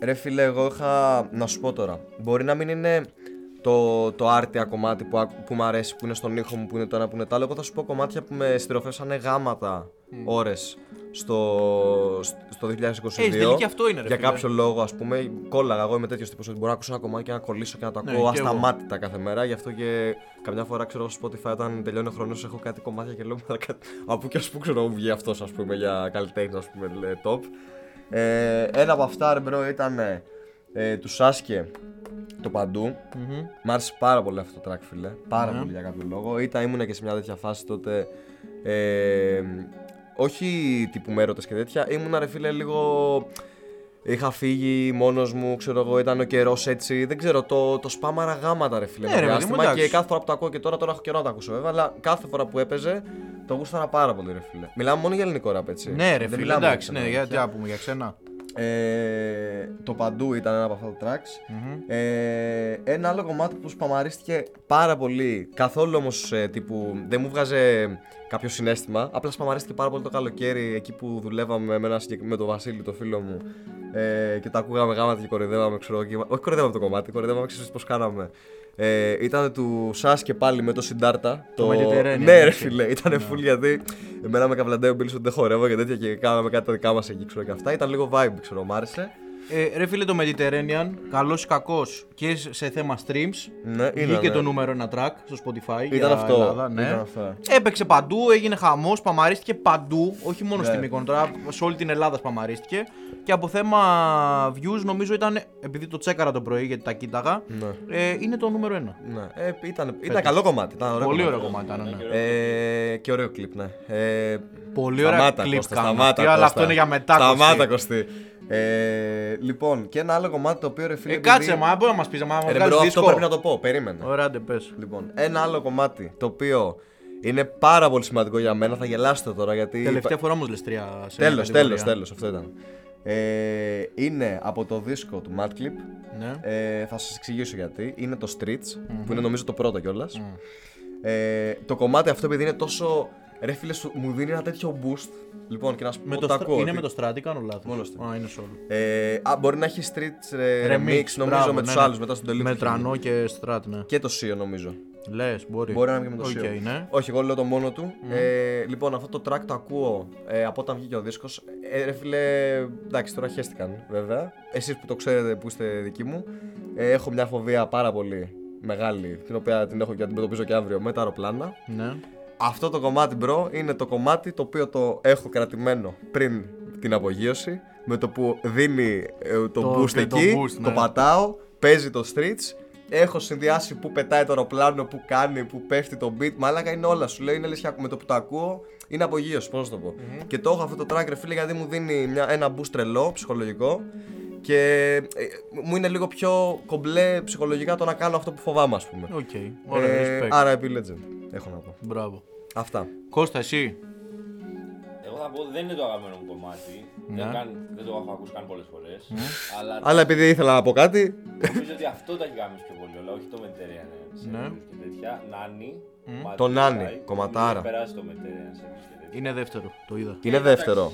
B: Ρε φίλε, εγώ είχα. Να σου πω τώρα. Μπορεί να μην είναι το, το άρτια κομμάτι που, άκου- που μου αρέσει, που είναι στον ήχο μου, που είναι το ένα, που είναι το άλλο. Εγώ θα σου πω κομμάτια που με στυροφέσανε γάματα ώρες στο, στο 2022.
A: Ε, στην τελική αυτό είναι, ρε
B: Για
A: φίλε.
B: κάποιο λόγο, ας πούμε, κόλλαγα. Εγώ είμαι τέτοιος τύπος ότι μπορώ να ακούσω ένα κομμάτι και να κολλήσω και να το
A: Ναι,
B: ακούω
A: και εγώ.
B: ασταμάτητα κάθε μέρα. Γι' αυτό και καμιά φορά ξέρω στο Spotify όταν τελειώνει ο χρόνος, έχω κάτι κομμάτια και λέω «Μαλάκα, Από και α που ξέρω βγει αυτός, ας πούμε, για καλλιτέχνη, ας πούμε, λέ, top. Ε, ένα από αυτά, ρε μπρο, ήταν ε, του Σάσκε το παντου Μ' άρεσε πάρα πολύ αυτό το track, φίλε. Πάρα
A: Ναι.
B: πολύ για κάποιο λόγο. Ήταν, ήμουνα και σε μια τέτοια φάση τότε. Ε, όχι τύπου μέρωτε και τέτοια. Ήμουνα, ρε φίλε, λίγο. Είχα φύγει μόνος μου, ξέρω εγώ, ήταν ο καιρός έτσι. Δεν ξέρω, το, το σπάμαρα γάματα, ρε φίλε.
A: Ναι,
B: με
A: ρε παιδί μου,
B: διάστημα
A: εντάξει.
B: και κάθε φορά που το ακούω και τώρα, τώρα έχω καιρό να το ακούσω βέβαια, αλλά κάθε φορά που έπαιζε το γούσταρα πάρα πολύ, ρε φίλε. Μιλάμε μόνο για ελληνικό ραπ, έτσι.
A: Ναι, ρε
B: Δεν
A: φίλε,
B: μιλάμε
A: εντάξει,
B: για
A: ναι,
B: ξένα
A: γιατί
B: τέτοια.
A: να πούμε για ξένα.
B: Ε, το παντού ήταν ένα από αυτά τα tracks. Ε, ένα άλλο κομμάτι που σπαμαρίστηκε πάρα πολύ. Καθόλου όμως τύπου. Δεν μου βγάζε κάποιο συνέστημα. Απλά σπαμαρίστηκε πάρα πολύ το καλοκαίρι εκεί που δουλεύαμε με, ένα, συγκεκ- με τον Βασίλη, το φίλο μου. Ε, και τα ακούγαμε γάματα και κοροϊδεύαμε, ξέρω εγώ, και μα- Όχι κοροϊδεύαμε το κομμάτι, κοροϊδεύαμε, ξέρεις πώς κάναμε. Ε, ήταν του Σάς και πάλι με το Συντάρτα.
A: Το Mediterranean,
B: Ναι, ρε
A: έτσι.
B: φίλε, ήταν full γιατί εμένα με καβλαντάει ο Μπίλ ότι δεν χορεύω και τέτοια και κάναμε κάτι τα δικά μας εκεί, ξέρω και αυτά. Ήταν λίγο vibe, ξέρω, μ' άρεσε.
A: Ε, ρε φίλε, το Mediterranean, καλός ή κακός και σε θέμα streams.
B: Ναι,
A: Βγήκε
B: ήταν, ναι.
A: το νούμερο ένα track στο Spotify.
B: Ήταν
A: για
B: αυτό,
A: Ελλάδα, ναι.
B: ήταν αυτό.
A: Έπαιξε παντού, έγινε χαμός, παμαρίστηκε παντού. Όχι
B: Ναι.
A: μόνο στη Μύκονο, τώρα σε όλη την Ελλάδα παμαρίστηκε. Και από θέμα views νομίζω ήταν. Επειδή το τσέκαρα το πρωί γιατί τα κοίταγα. Ε, είναι το νούμερο ένα.
B: Ναι, ε, ήταν, ήταν καλό κομμάτι. Ήταν ωραίο
A: Πολύ ωραίο
B: κομμάτι.
A: κομμάτι ήταν, ναι.
B: Ε, και ωραίο κλιπ, ναι. Ε,
A: Πολύ
B: σταμάτα,
A: ωραία κλιπ
B: Κώστα,
A: κάνουν
B: σταμάτα,
A: αυτοί, αλλά
B: Κώστα.
A: αυτό είναι για μετά,
B: Σταμάτα,
A: Κωστή.
B: Κωστή. Ε, λοιπόν, και ένα άλλο κομμάτι το οποίο ρε φίλε.
A: Ε,
B: επειδή- Ε,
A: κάτσε, μα μπορεί να μας πεις, μα
B: Ρε,
A: βγάλει
B: μπρο, αυτό
A: δίσκο.
B: πρέπει να το πω. Περίμενε.
A: Ωραία, ντε πες.
B: Λοιπόν, ένα άλλο κομμάτι το οποίο είναι πάρα πολύ σημαντικό για μένα. Θα γελάσετε τώρα γιατί.
A: Τελευταία φορά όμως λες τρία σε
B: Τέλο,
A: μια
B: τέλος,
A: κατηγορία.
B: τέλος. Αυτό ήταν. Ε, είναι από το δίσκο του Mad Clip.
A: Ναι.
B: Ε, θα σας εξηγήσω γιατί. Είναι το Streets, που είναι νομίζω το πρώτο κιόλας. Ε, το κομμάτι αυτό επειδή είναι τόσο. Ρε φίλε, σου- μου δίνει ένα τέτοιο boost. Λοιπόν, και να σου πω
A: Με
B: το,
A: το στρα...
B: ακούω.
A: Είναι
B: ότι-
A: με το στράτη, κάνω λάθος.
B: Μόνο στο.
A: Α, είναι solo.
B: ε, α, μπορεί να έχει Streets ε, remix, νομίζω
A: μπράβο,
B: με
A: ναι,
B: τους
A: ναι.
B: άλλους μετά στον τελείω.
A: Με τρανό και στράτ, ναι.
B: Και το Sio νομίζω.
A: Λες, μπορεί.
B: Μπορεί να είναι και με το
A: Οκ,
B: Sio.
A: ναι.
B: Όχι, εγώ λέω το μόνο του. Ε, λοιπόν, αυτό το track το ακούω ε, από όταν βγήκε ο δίσκος. Ε, ρε φίλε, εντάξει, τώρα χαίστηκαν βέβαια. Εσείς που το ξέρετε που είστε δικοί μου, ε, έχω μια φοβία πάρα πολύ μεγάλη, την οποία την έχω και αντιμετωπίζω και αύριο με τα αεροπλάνα.
A: Ναι.
B: Αυτό το κομμάτι, bro, είναι το κομμάτι το οποίο το έχω κρατημένο πριν την απογείωση. Με το που δίνει ε, το,
A: Το-
B: boost
A: και το
B: εκεί,
A: boost, ναι.
B: το πατάω, παίζει το streets. Έχω συνδυάσει που πετάει το αεροπλάνο, που κάνει, που πέφτει το beat. Μαλάκα είναι όλα σου. Λέω είναι λες και με το που το ακούω είναι απογείωση, πώς να το πω. Και το έχω αυτό το track, ρε φίλε, γιατί μου δίνει μια, ένα boost τρελό ψυχολογικό. Και ε, μου είναι λίγο πιο κομπλέ ψυχολογικά το να κάνω αυτό που φοβάμαι, ας πούμε.
A: Οκ. Ωραία,
B: Ε,
A: respect.
B: άρα επί legend, έχω να πω.
A: Μπράβο.
B: Αυτά.
A: Κώστα, εσύ.
C: Εγώ θα πω δεν είναι το αγαπημένο μου κομμάτι.
A: Ναι.
C: Δεν, καν- δεν το έχω ακούσει καν πολλές φορές. Αλλά
B: Αλλά επειδή ήθελα να πω κάτι.
C: νομίζω ότι αυτό τα έχει κάνει πιο πολύ όλα, όχι το μετέρεα. Ναι.
A: Ναι.
C: Και τέτοια. Νάνι. Ματσούκαη,
B: Το Νάνι,
C: που
B: κομματάρα.
C: έχει περάσει το μετέρεα σε εμείς και τέτοια.
A: Είναι δεύτερο. Το είδα.
B: Είναι δεύτερο.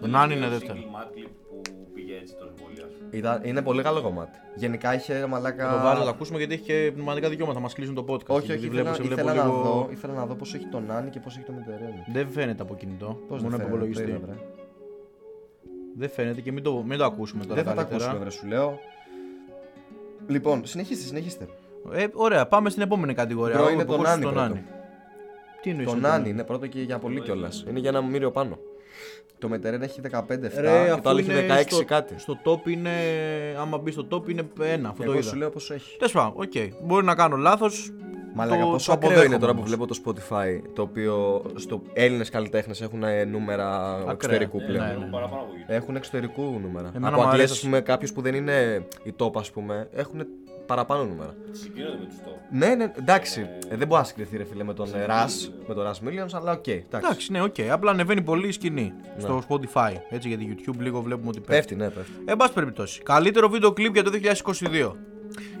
C: Το
A: Νάνι
C: τελευταίο
A: είναι
C: single
A: δεύτερο.
C: mad clip που πήγε έτσι τόσο πολύ, ας πούμε.
B: Ήταν, είναι πολύ καλό κομμάτι. Γενικά είχε μαλάκα.
A: Θα το βάλω, θα το ακούσουμε γιατί έχει και πνευματικά δικαιώματα. Μας κλείσουν το podcast.
B: Όχι,
A: γιατί
B: όχι,
A: βλέπω,
B: ήθελα,
A: σε βλέπω
B: ήθελα, να
A: λίγο-
B: δω, ήθελα να δω πώς έχει τον Άννη και πώς έχει τον Μιτερένι.
A: Δεν φαίνεται από κινητό.
B: Πώς
A: μόνο από υπολογιστή. Δεν φαίνεται και μην το, μην το ακούσουμε τώρα.
B: Δεν θα τα
A: καλύτερα.
B: ακούσουμε, βρε, σου λέω. Λοιπόν, συνεχίστε, συνεχίστε.
A: Ε, ωραία, πάμε στην επόμενη κατηγορία.
B: Bro,
A: Όπου
B: είναι
A: υποκούσουν
B: τον Άννη
A: στον
B: πρώτο.
A: Άννη. Τι εννοείς
B: Το
A: τον
B: Νάνι είναι πρώτο και για πολύ κιόλας. Είναι για ένα μύριο πάνω. Το Μετερέν έχει 15-7
A: Ρε,
B: και το άλλο
A: αφού
B: έχει
A: είναι
B: 16
A: στο,
B: κάτι.
A: Στο top είναι. Άμα μπει στο top είναι ένα. Αυτό το
B: Εγώ σου
A: είδα.
B: λέω πώ έχει.
A: Τέλος πάντων, οκ. Μπορεί να κάνω λάθος.
B: Μαλάκα,
A: το,
B: πόσο
A: το
B: ακραίο είναι
A: αποδέχομαι
B: τώρα που
A: όμως.
B: βλέπω το Spotify, το οποίο στο Έλληνες καλλιτέχνες έχουν ε, νούμερα εξωτερικού
A: Ναι,
B: πλέον.
A: ναι,
C: Λίγο
A: ναι.
C: παραπάνω από εκεί.
B: Έχουν εξωτερικού νούμερα.
A: Εμένα
B: από
A: μου
B: Αγγλές,
A: αρέσει.
B: ας πούμε, κάποιους που δεν είναι η τόπα, ας πούμε, έχουν παραπάνω νούμερα.
C: Συγκρίνονται με τους top.
B: Ναι, ναι, εντάξει. Ε, δεν μπορεί να συγκριθεί, ρε φίλε, με τον Ρα, με τον Ras Millions, αλλά οκ. εντάξει.
A: Εντάξει, ναι, οκ. Απλά ανεβαίνει πολύ η σκηνή στο Spotify. Έτσι, γιατί YouTube λίγο βλέπουμε ότι πέφτει.
B: Ναι. Πέφτει, ναι, πέφτει.
A: Εν πάση περιπτώσει, καλύτερο βίντεο κλιπ για το 2022.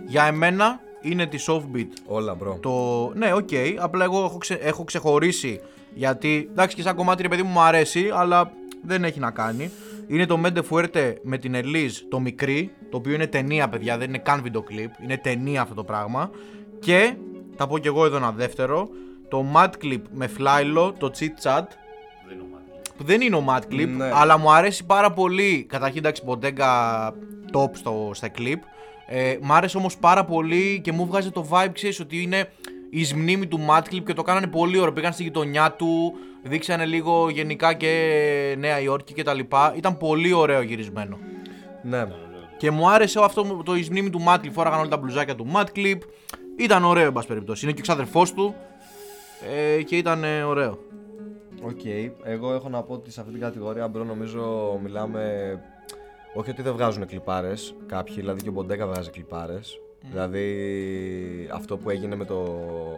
A: Για εμένα είναι τη Offbeat.
B: Όλα, μπρο.
A: Το... Ναι, οκ. Απλά εγώ έχω, ξε- έχω ξεχωρίσει. Γιατί εντάξει, και σαν κομμάτι ρε παιδί μου μου αρέσει, αλλά δεν έχει να κάνει. Είναι το Mente Fuerte με την Ελίζ, το μικρή, το οποίο είναι ταινία, παιδιά, δεν είναι καν βίντεο κλιπ. Είναι ταινία αυτό το πράγμα. Και θα πω κι εγώ εδώ ένα δεύτερο. Το Mad Clip με Flylo, το Chit Chat,
C: Δεν είναι ομάδα.
A: που δεν είναι ο Mad Clip,
B: Ναι.
A: αλλά μου αρέσει πάρα πολύ. Καταρχήν, εντάξει, Μποντέγκα top στο, στα clip. Ε, μ' άρεσε όμως πάρα πολύ και μου βγάζει το vibe, ξέρεις ότι είναι η σμνήμη του Mad Clip και το κάνανε πολύ ωραίο. Πήγαν στη γειτονιά του, δείξανε λίγο γενικά και Νέα Υόρκη κτλ. Ήταν πολύ ωραίο γυρισμένο.
B: Ναι.
A: Και μου άρεσε αυτό το η σμνήμη του Mad Clip. Φόραγαν όλα τα μπλουζάκια του Mad Clip. Ήταν ωραίο, εν πάση περιπτώσει. Είναι και ο ξαδερφό του ε, και ήταν ε, ωραίο.
B: Οκ. Εγώ έχω να πω ότι σε αυτή την κατηγορία, μπρο, νομίζω μιλάμε. Όχι ότι δεν βγάζουν κλιπάρες. Κάποιοι, δηλαδή και ο Μποντέκα βγάζει κλιπάρες. Δηλαδή αυτό που έγινε με το.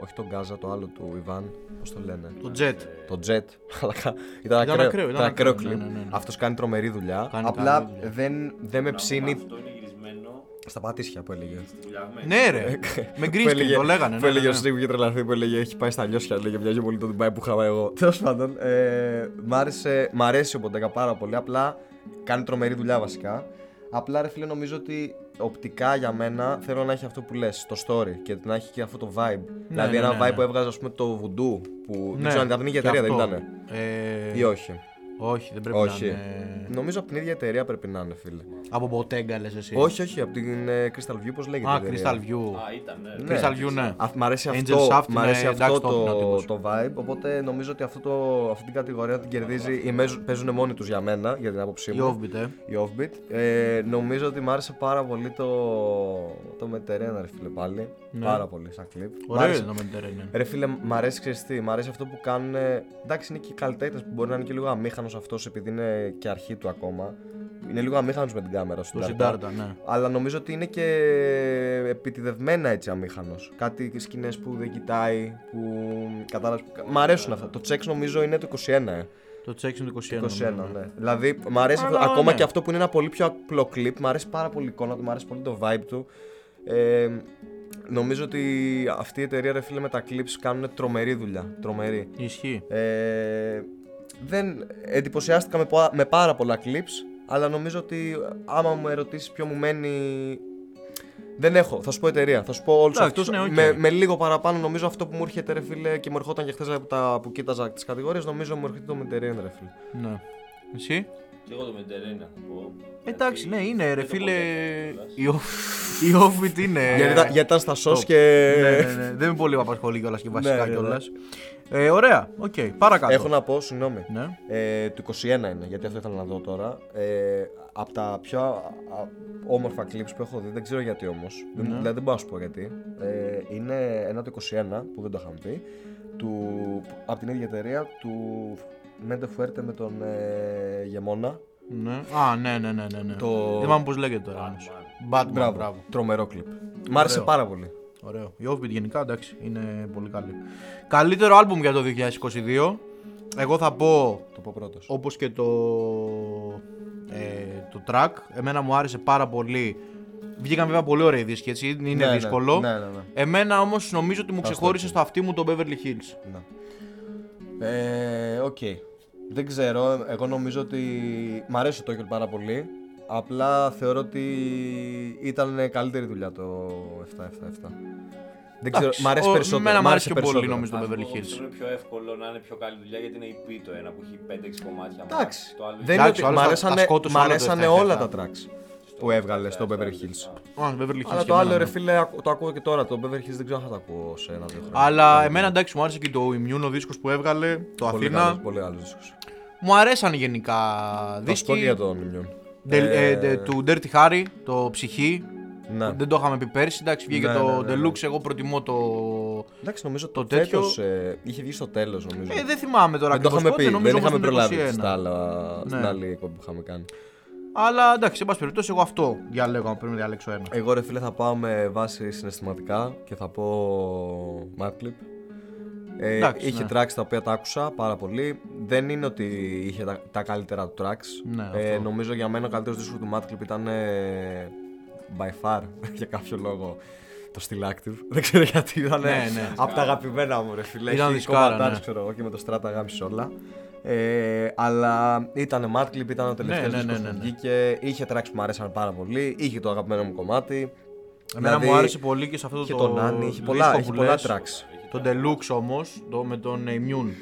B: Όχι τον Γκάζα, το άλλο του Ιβάν. Πώς το λένε.
A: Το Jet.
B: Το Jet. Αλλά κα- ήταν, ακραίο,
A: ακραίο, ήταν
B: ήταν ακραίο
A: ακραίο,
B: κλιπ.
A: ναι, ναι, ναι.
B: Αυτός κάνει τρομερή δουλειά.
A: Κάνει
B: Απλά
A: καλή δουλειά.
B: δεν, δεν με ψήνει.
C: Αυτό είναι γυρισμένο
B: Στα πατήσια που έλεγε.
C: δουλιαγμένο.
A: Ναι, ρε. με green screen
B: Που έλεγε-
A: το λέγανε.
B: Που
A: ναι,
B: έλεγε ο
A: ναι, ναι.
B: Στίβ και τρελαθεί που έλεγε έχει πάει στα λιώσια. Λέγε μοιάζει πολύ το Dubai που είχα εγώ. Τέλος πάντων, ε, μ, άρεσε, μ' αρέσει ο Μποντέκα πάρα πολύ. Απλά κάνει τρομερή δουλειά βασικά. Απλά ρε φίλε νομίζω ότι οπτικά για μένα θέλω να έχει αυτό που λες, το story και να έχει και αυτό το vibe. δηλαδή
A: ναι,
B: ένα
A: ναι,
B: vibe
A: ναι.
B: που έβγαζε ας πούμε το βουντού που δεν
A: Ναι,
B: ξέρω αν ήταν από την ίδια
A: και
B: εταιρεία, δεν
A: αυτό.
B: ήταν.
A: Ε,
B: Ή όχι.
A: όχι, δεν πρέπει
B: Όχι.
A: να είναι.
B: Νομίζω από την ίδια εταιρεία πρέπει να είναι, φίλε.
A: Από μποτέγκα λες εσύ.
B: Όχι, όχι, από την ε, Crystal View, πώς λέγεται.
A: Α,
B: η εταιρεία.
A: Crystal View.
C: Α, ήταν, ναι.
B: Ναι.
A: Crystal View, ναι.
B: Α, μ' αρέσει
A: Angel
B: αυτό,
A: Shaft
B: μ αρέσει
A: είναι
B: αυτό
A: εντάξει, top είναι ο
B: το,
A: τύπος.
B: το vibe. Οπότε νομίζω ότι αυτό το, αυτή την κατηγορία την κερδίζει. Οι μέζ- παίζουν μόνοι τους για μένα, για την άποψή
A: Η
B: μου.
A: Offbeat, ε.
B: Η Offbeat. Ε, νομίζω ότι μ' άρεσε πάρα πολύ το, το Μετερένα, ρε φίλε πάλι.
A: Ναι.
B: Πάρα πολύ σαν κλειπ. Μ'
A: Ωραίο
B: άρεσε-
A: είναι το Mediterranean.
B: Ρε φίλε, μ' αρέσει ξέρεις τι, μ' αρέσει αυτό που κάνουν. Εντάξει, είναι και οι καλλιτέχνες που μπορεί να είναι και λίγο αμήχανος αυτός επειδή είναι και αρχή του ακόμα. Είναι λίγο αμήχανος με την κάμερα στον
A: Το Siddhartha, ναι.
B: αλλά νομίζω ότι είναι και επιτιδευμένα έτσι αμήχανος. Κάτι σκηνές που δεν κοιτάει, που κατάλαβες. Μ' αρέσουν αυτά. Το checks νομίζω είναι το 21. ε.
A: Το Checks είναι το 21.
B: 21,
A: νομίζω.
B: ναι. Δηλαδή, μ' αρέσει
A: Αλλά,
B: αυτό- ακόμα
A: ναι.
B: και αυτό που είναι ένα πολύ πιο απλό κλιπ. Μ' αρέσει πάρα πολύ η εικόνα του, μ' αρέσει πολύ το vibe του. Ε, νομίζω ότι αυτή η εταιρεία, ρε φίλε, με τα clips κάνουν τρομερή δουλειά. Τρομερή.
A: Ισχύει.
B: Ε, δεν εντυπωσιάστηκα με, πο- με πάρα πολλά clips, αλλά νομίζω ότι άμα μου ερωτήσεις ποιο μου μένει. Δεν έχω, θα σου πω εταιρεία. Θα σου πω όλου
A: Εντάξει,
B: αυτού.
A: ναι, οκ.
B: με, με λίγο παραπάνω, νομίζω αυτό που μου έρχεται ρε φίλε και μου ερχόταν και χθες που, τα- που κοίταζα τις κατηγορίες, νομίζω μου έρχεται το Mediterranean ρε φίλε.
A: Ναι. Εσύ.
C: Και εγώ το Mediterranean θα πω.
B: Ε,
A: Εντάξει, ναι,
C: γιατί
A: είναι ρε
C: δεν το
A: φίλε.
C: παίζω κιόλας.
A: Η Off- η Offbeat είναι.
B: Γιατί ήταν- γιατί ήταν στα σως
A: Top.
B: και.
A: Ναι, ναι, ναι. Δεν με πολύ με απασχολεί κιόλας και
B: Ναι,
A: βασικά
B: ναι, ναι.
A: κιόλας. Ε, ωραία, οκ, παρακάτω.
B: Έχω να πω, συγγνώμη.
A: Ναι.
B: Ε, του 21 είναι, γιατί αυτό ήθελα να δω τώρα. Ε, από τα πιο α- α- όμορφα clips που έχω δει, δεν ξέρω γιατί όμως.
A: Ναι.
B: Δηλαδή δεν μπορώ να σου πω γιατί. Ε, είναι ένα το 21 που δεν το είχαμε πει. Του, από την ίδια εταιρεία του Μέντε Φουέρτε με τον ε, Γεμόνα.
A: ναι. Α, ναι, ναι, ναι. ναι, ναι.
B: Το-
A: Δεν θυμάμαι πώς λέγεται τώρα. όμως. Batman.
B: Μπράβο.
A: μπράβο.
B: Τρομερό κλιπ. Μ' άρεσε πάρα πολύ.
A: Ωραίο. Η Offbeat γενικά εντάξει είναι πολύ καλή. Καλύτερο άλμπουμ για το 2022. Εγώ θα πω
B: Το πω πρώτος.
A: όπως και το, ε, το track. Εμένα μου άρεσε πάρα πολύ. Βγήκαν βέβαια πολύ ωραίοι δίσκοι έτσι, είναι
B: Ναι, ναι.
A: δύσκολο.
B: Ναι, ναι, ναι.
A: Εμένα όμως νομίζω ότι μου
B: Άστο
A: ξεχώρισε
B: εκεί.
A: στο αυτί μου το Beverly Hills.
B: Ναι. Ε, οκ. Δεν ξέρω, εγώ νομίζω ότι μ' αρέσει το Tokyo πάρα πολύ. Απλά θεωρώ ότι ήταν καλύτερη δουλειά το 7-7-7. Δεν ξέρω,
A: Εντάξει,
B: μ' αρέσει
A: ο-
B: περισσότερο.
A: εμένα μ'
B: μ'
A: άρεσε
B: άρεσε
A: και πολύ,
B: περισσότερο.
A: νομίζω. στο
C: Ας
A: Beverly
C: πούμε,
A: Hills.
C: πιστεύω Είναι πιο εύκολο να είναι πιο καλή δουλειά γιατί είναι η P το ένα που έχει 5-6 κομμάτια. μόνο.
B: Εντάξει,
C: Το άλλο έχει-
B: δεν είναι
A: Εντάξει,
B: ότι-
A: ο άλλος
B: μ'
A: τα- τα
B: αρέσανε,
A: σκότωσε
B: μ'
A: όλα το
B: αρέσανε
A: 7-7-7.
B: όλα τα tracks που έβγαλε στο Beverly Hills.
A: Α, Beverly Hills
B: Αλλά
A: και
B: το
A: εμένα,
B: άλλο,
A: ναι.
B: ρε φίλε, ακου- το ακούω και τώρα. Το Beverly Hills δεν ξέρω αν θα το ακούω σε ένα-δύο χρόνια.
A: Αλλά εμένα εντάξει μου άρεσε και το Immune ο δίσκος που έβγαλε, το
B: Πολύ
A: Αθήνα.
B: καλός- Πολύ καλός δίσκος.
A: Μου αρέσαν γενικά
B: Θα σου πω και για
A: δίσκοι.
B: τον Ιμιόν.
A: Del- ε, de- του Dirty Harry, το ψυχή.
B: Ναι.
A: Δεν το είχαμε πει πέρσι, εντάξει, βγήκε
B: Ναι,
A: το
B: ναι, ναι, ναι.
A: Deluxe, εγώ προτιμώ το...
B: Εντάξει, νομίζω
A: Το
B: το
A: τέτοιο-
B: τέτοιο. είχε βγει στο τέλος, νομίζω.
A: Ε, δεν θυμάμαι τώρα
B: δεν το
A: ακριβώς
B: είχαμε
A: πότε,
B: πει.
A: νομίζω
B: Δεν
A: όμως
B: είχαμε
A: ήταν
B: προλάβει
A: 21.
B: στα άλλα, στην
A: Ναι.
B: άλλη εκπομπή που είχαμε κάνει.
A: Αλλά εντάξει, εν πάση περιπτώσει, εγώ αυτό διαλέγω. Αν πρέπει να διαλέξω ένα.
B: Εγώ ρε φίλε θα πάω με βάση συναισθηματικά και θα πω. Mad Clip. Ε,
A: Εντάξει,
B: είχε
A: ναι.
B: tracks τα οποία τα άκουσα πάρα πολύ. Δεν είναι ότι είχε τα, τα καλύτερα του tracks.
A: Ναι,
B: ε,
A: αυτό.
B: νομίζω για μένα ο καλύτερος δίσκος του Mad Clip ήταν. ε, by far, για κάποιο λόγο. Το Still Active. Δεν ξέρω γιατί ήταν.
A: Ναι, ναι.
B: Από τα αγαπημένα μου, ρε φίλε.
A: Ήταν
B: Έχει
A: δισκάρα,
B: κομματάρες,
A: ναι.
B: ξέρω εγώ, και με το Strata γάμισε όλα. Ε, αλλά ήταν Mad Clip, ήταν ο τελευταίος
A: ναι,
B: ναι,
A: ναι, ναι.
B: βγήκε. Είχε tracks που μου αρέσαν πάρα πολύ. Είχε το αγαπημένο μου κομμάτι.
A: Εμένα
B: Δηλαδή,
A: μου άρεσε πολύ και σε αυτό
B: Είχε
A: το.
B: το Nani, είχε
A: δίσκο
B: πολλά,
A: που
B: είχε πολλά
A: λες,
B: tracks.
A: Το Deluxe όμως, το με τον Immune.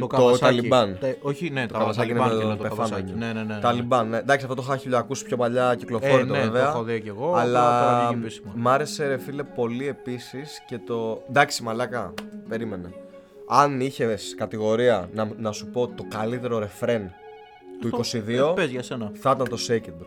B: Το,
A: Kawasaki.
B: Ταλιμπάν.
A: Τα- όχι, ναι,
B: Το
A: τα
B: Καβασάκι
A: Ταλιμπάν και
B: με
A: είναι
B: το
A: το Καβασάκι.
B: Πεφάνακι.
A: Ναι, ναι, ναι.
B: Ταλιμπάν. ναι. Εντάξει, αυτό το είχα ακούσει πιο παλιά, κυκλοφόρητο
A: Ε, ναι,
B: βέβαια.
A: το έχω δει κι εγώ, απλά τώρα
B: Αλλά
A: βγήκε επίσημα.
B: μ' άρεσε ρε φίλε πολύ επίσης και το. Εντάξει, μαλάκα, περίμενε. Αν είχες κατηγορία να, να σου πω το καλύτερο ρεφρέν του 22,
A: Πες για σένα.
B: θα ήταν το Shake It, bro.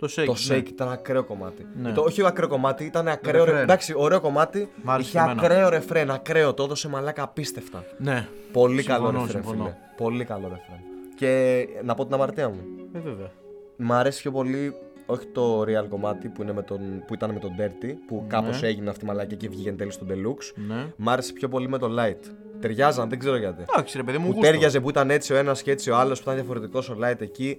A: Το Shake.
B: Το
A: ναι.
B: Shake ήταν ακραίο κομμάτι.
A: Ναι.
B: Το, όχι ακραίο κομμάτι, ήταν ακραίο.
A: ρεφρέν.
B: Ρε, εντάξει, ωραίο κομμάτι.
A: Μ' άρεσε
B: Είχε
A: και εμένα.
B: ακραίο ρεφρέν, ακραίο. Το έδωσε μαλάκα απίστευτα.
A: Ναι.
B: Πολύ
A: Συμφωνώ,
B: καλό ρεφρέν,
A: συμφωνώ.
B: φίλε. Πολύ καλό ρεφρέν. Και να πω την αμαρτία μου.
A: Ε, βέβαια.
B: Μ' αρέσει πιο πολύ όχι το real κομμάτι που, είναι με τον, που ήταν με τον Dirty, που κάπως έγινε αυτή η μαλακία και βγήκε εν τέλει στον Deluxe.
A: Ναι.
B: Μ' άρεσε πιο πολύ με το Light. Ταιριάζαν, δεν ξέρω γιατί.
A: Εντάξει, ρε παιδί μου,
B: που
A: γούστο.
B: τέριαζε που ήταν έτσι ο ένας και έτσι ο άλλος, που ήταν διαφορετικός ο Light εκεί.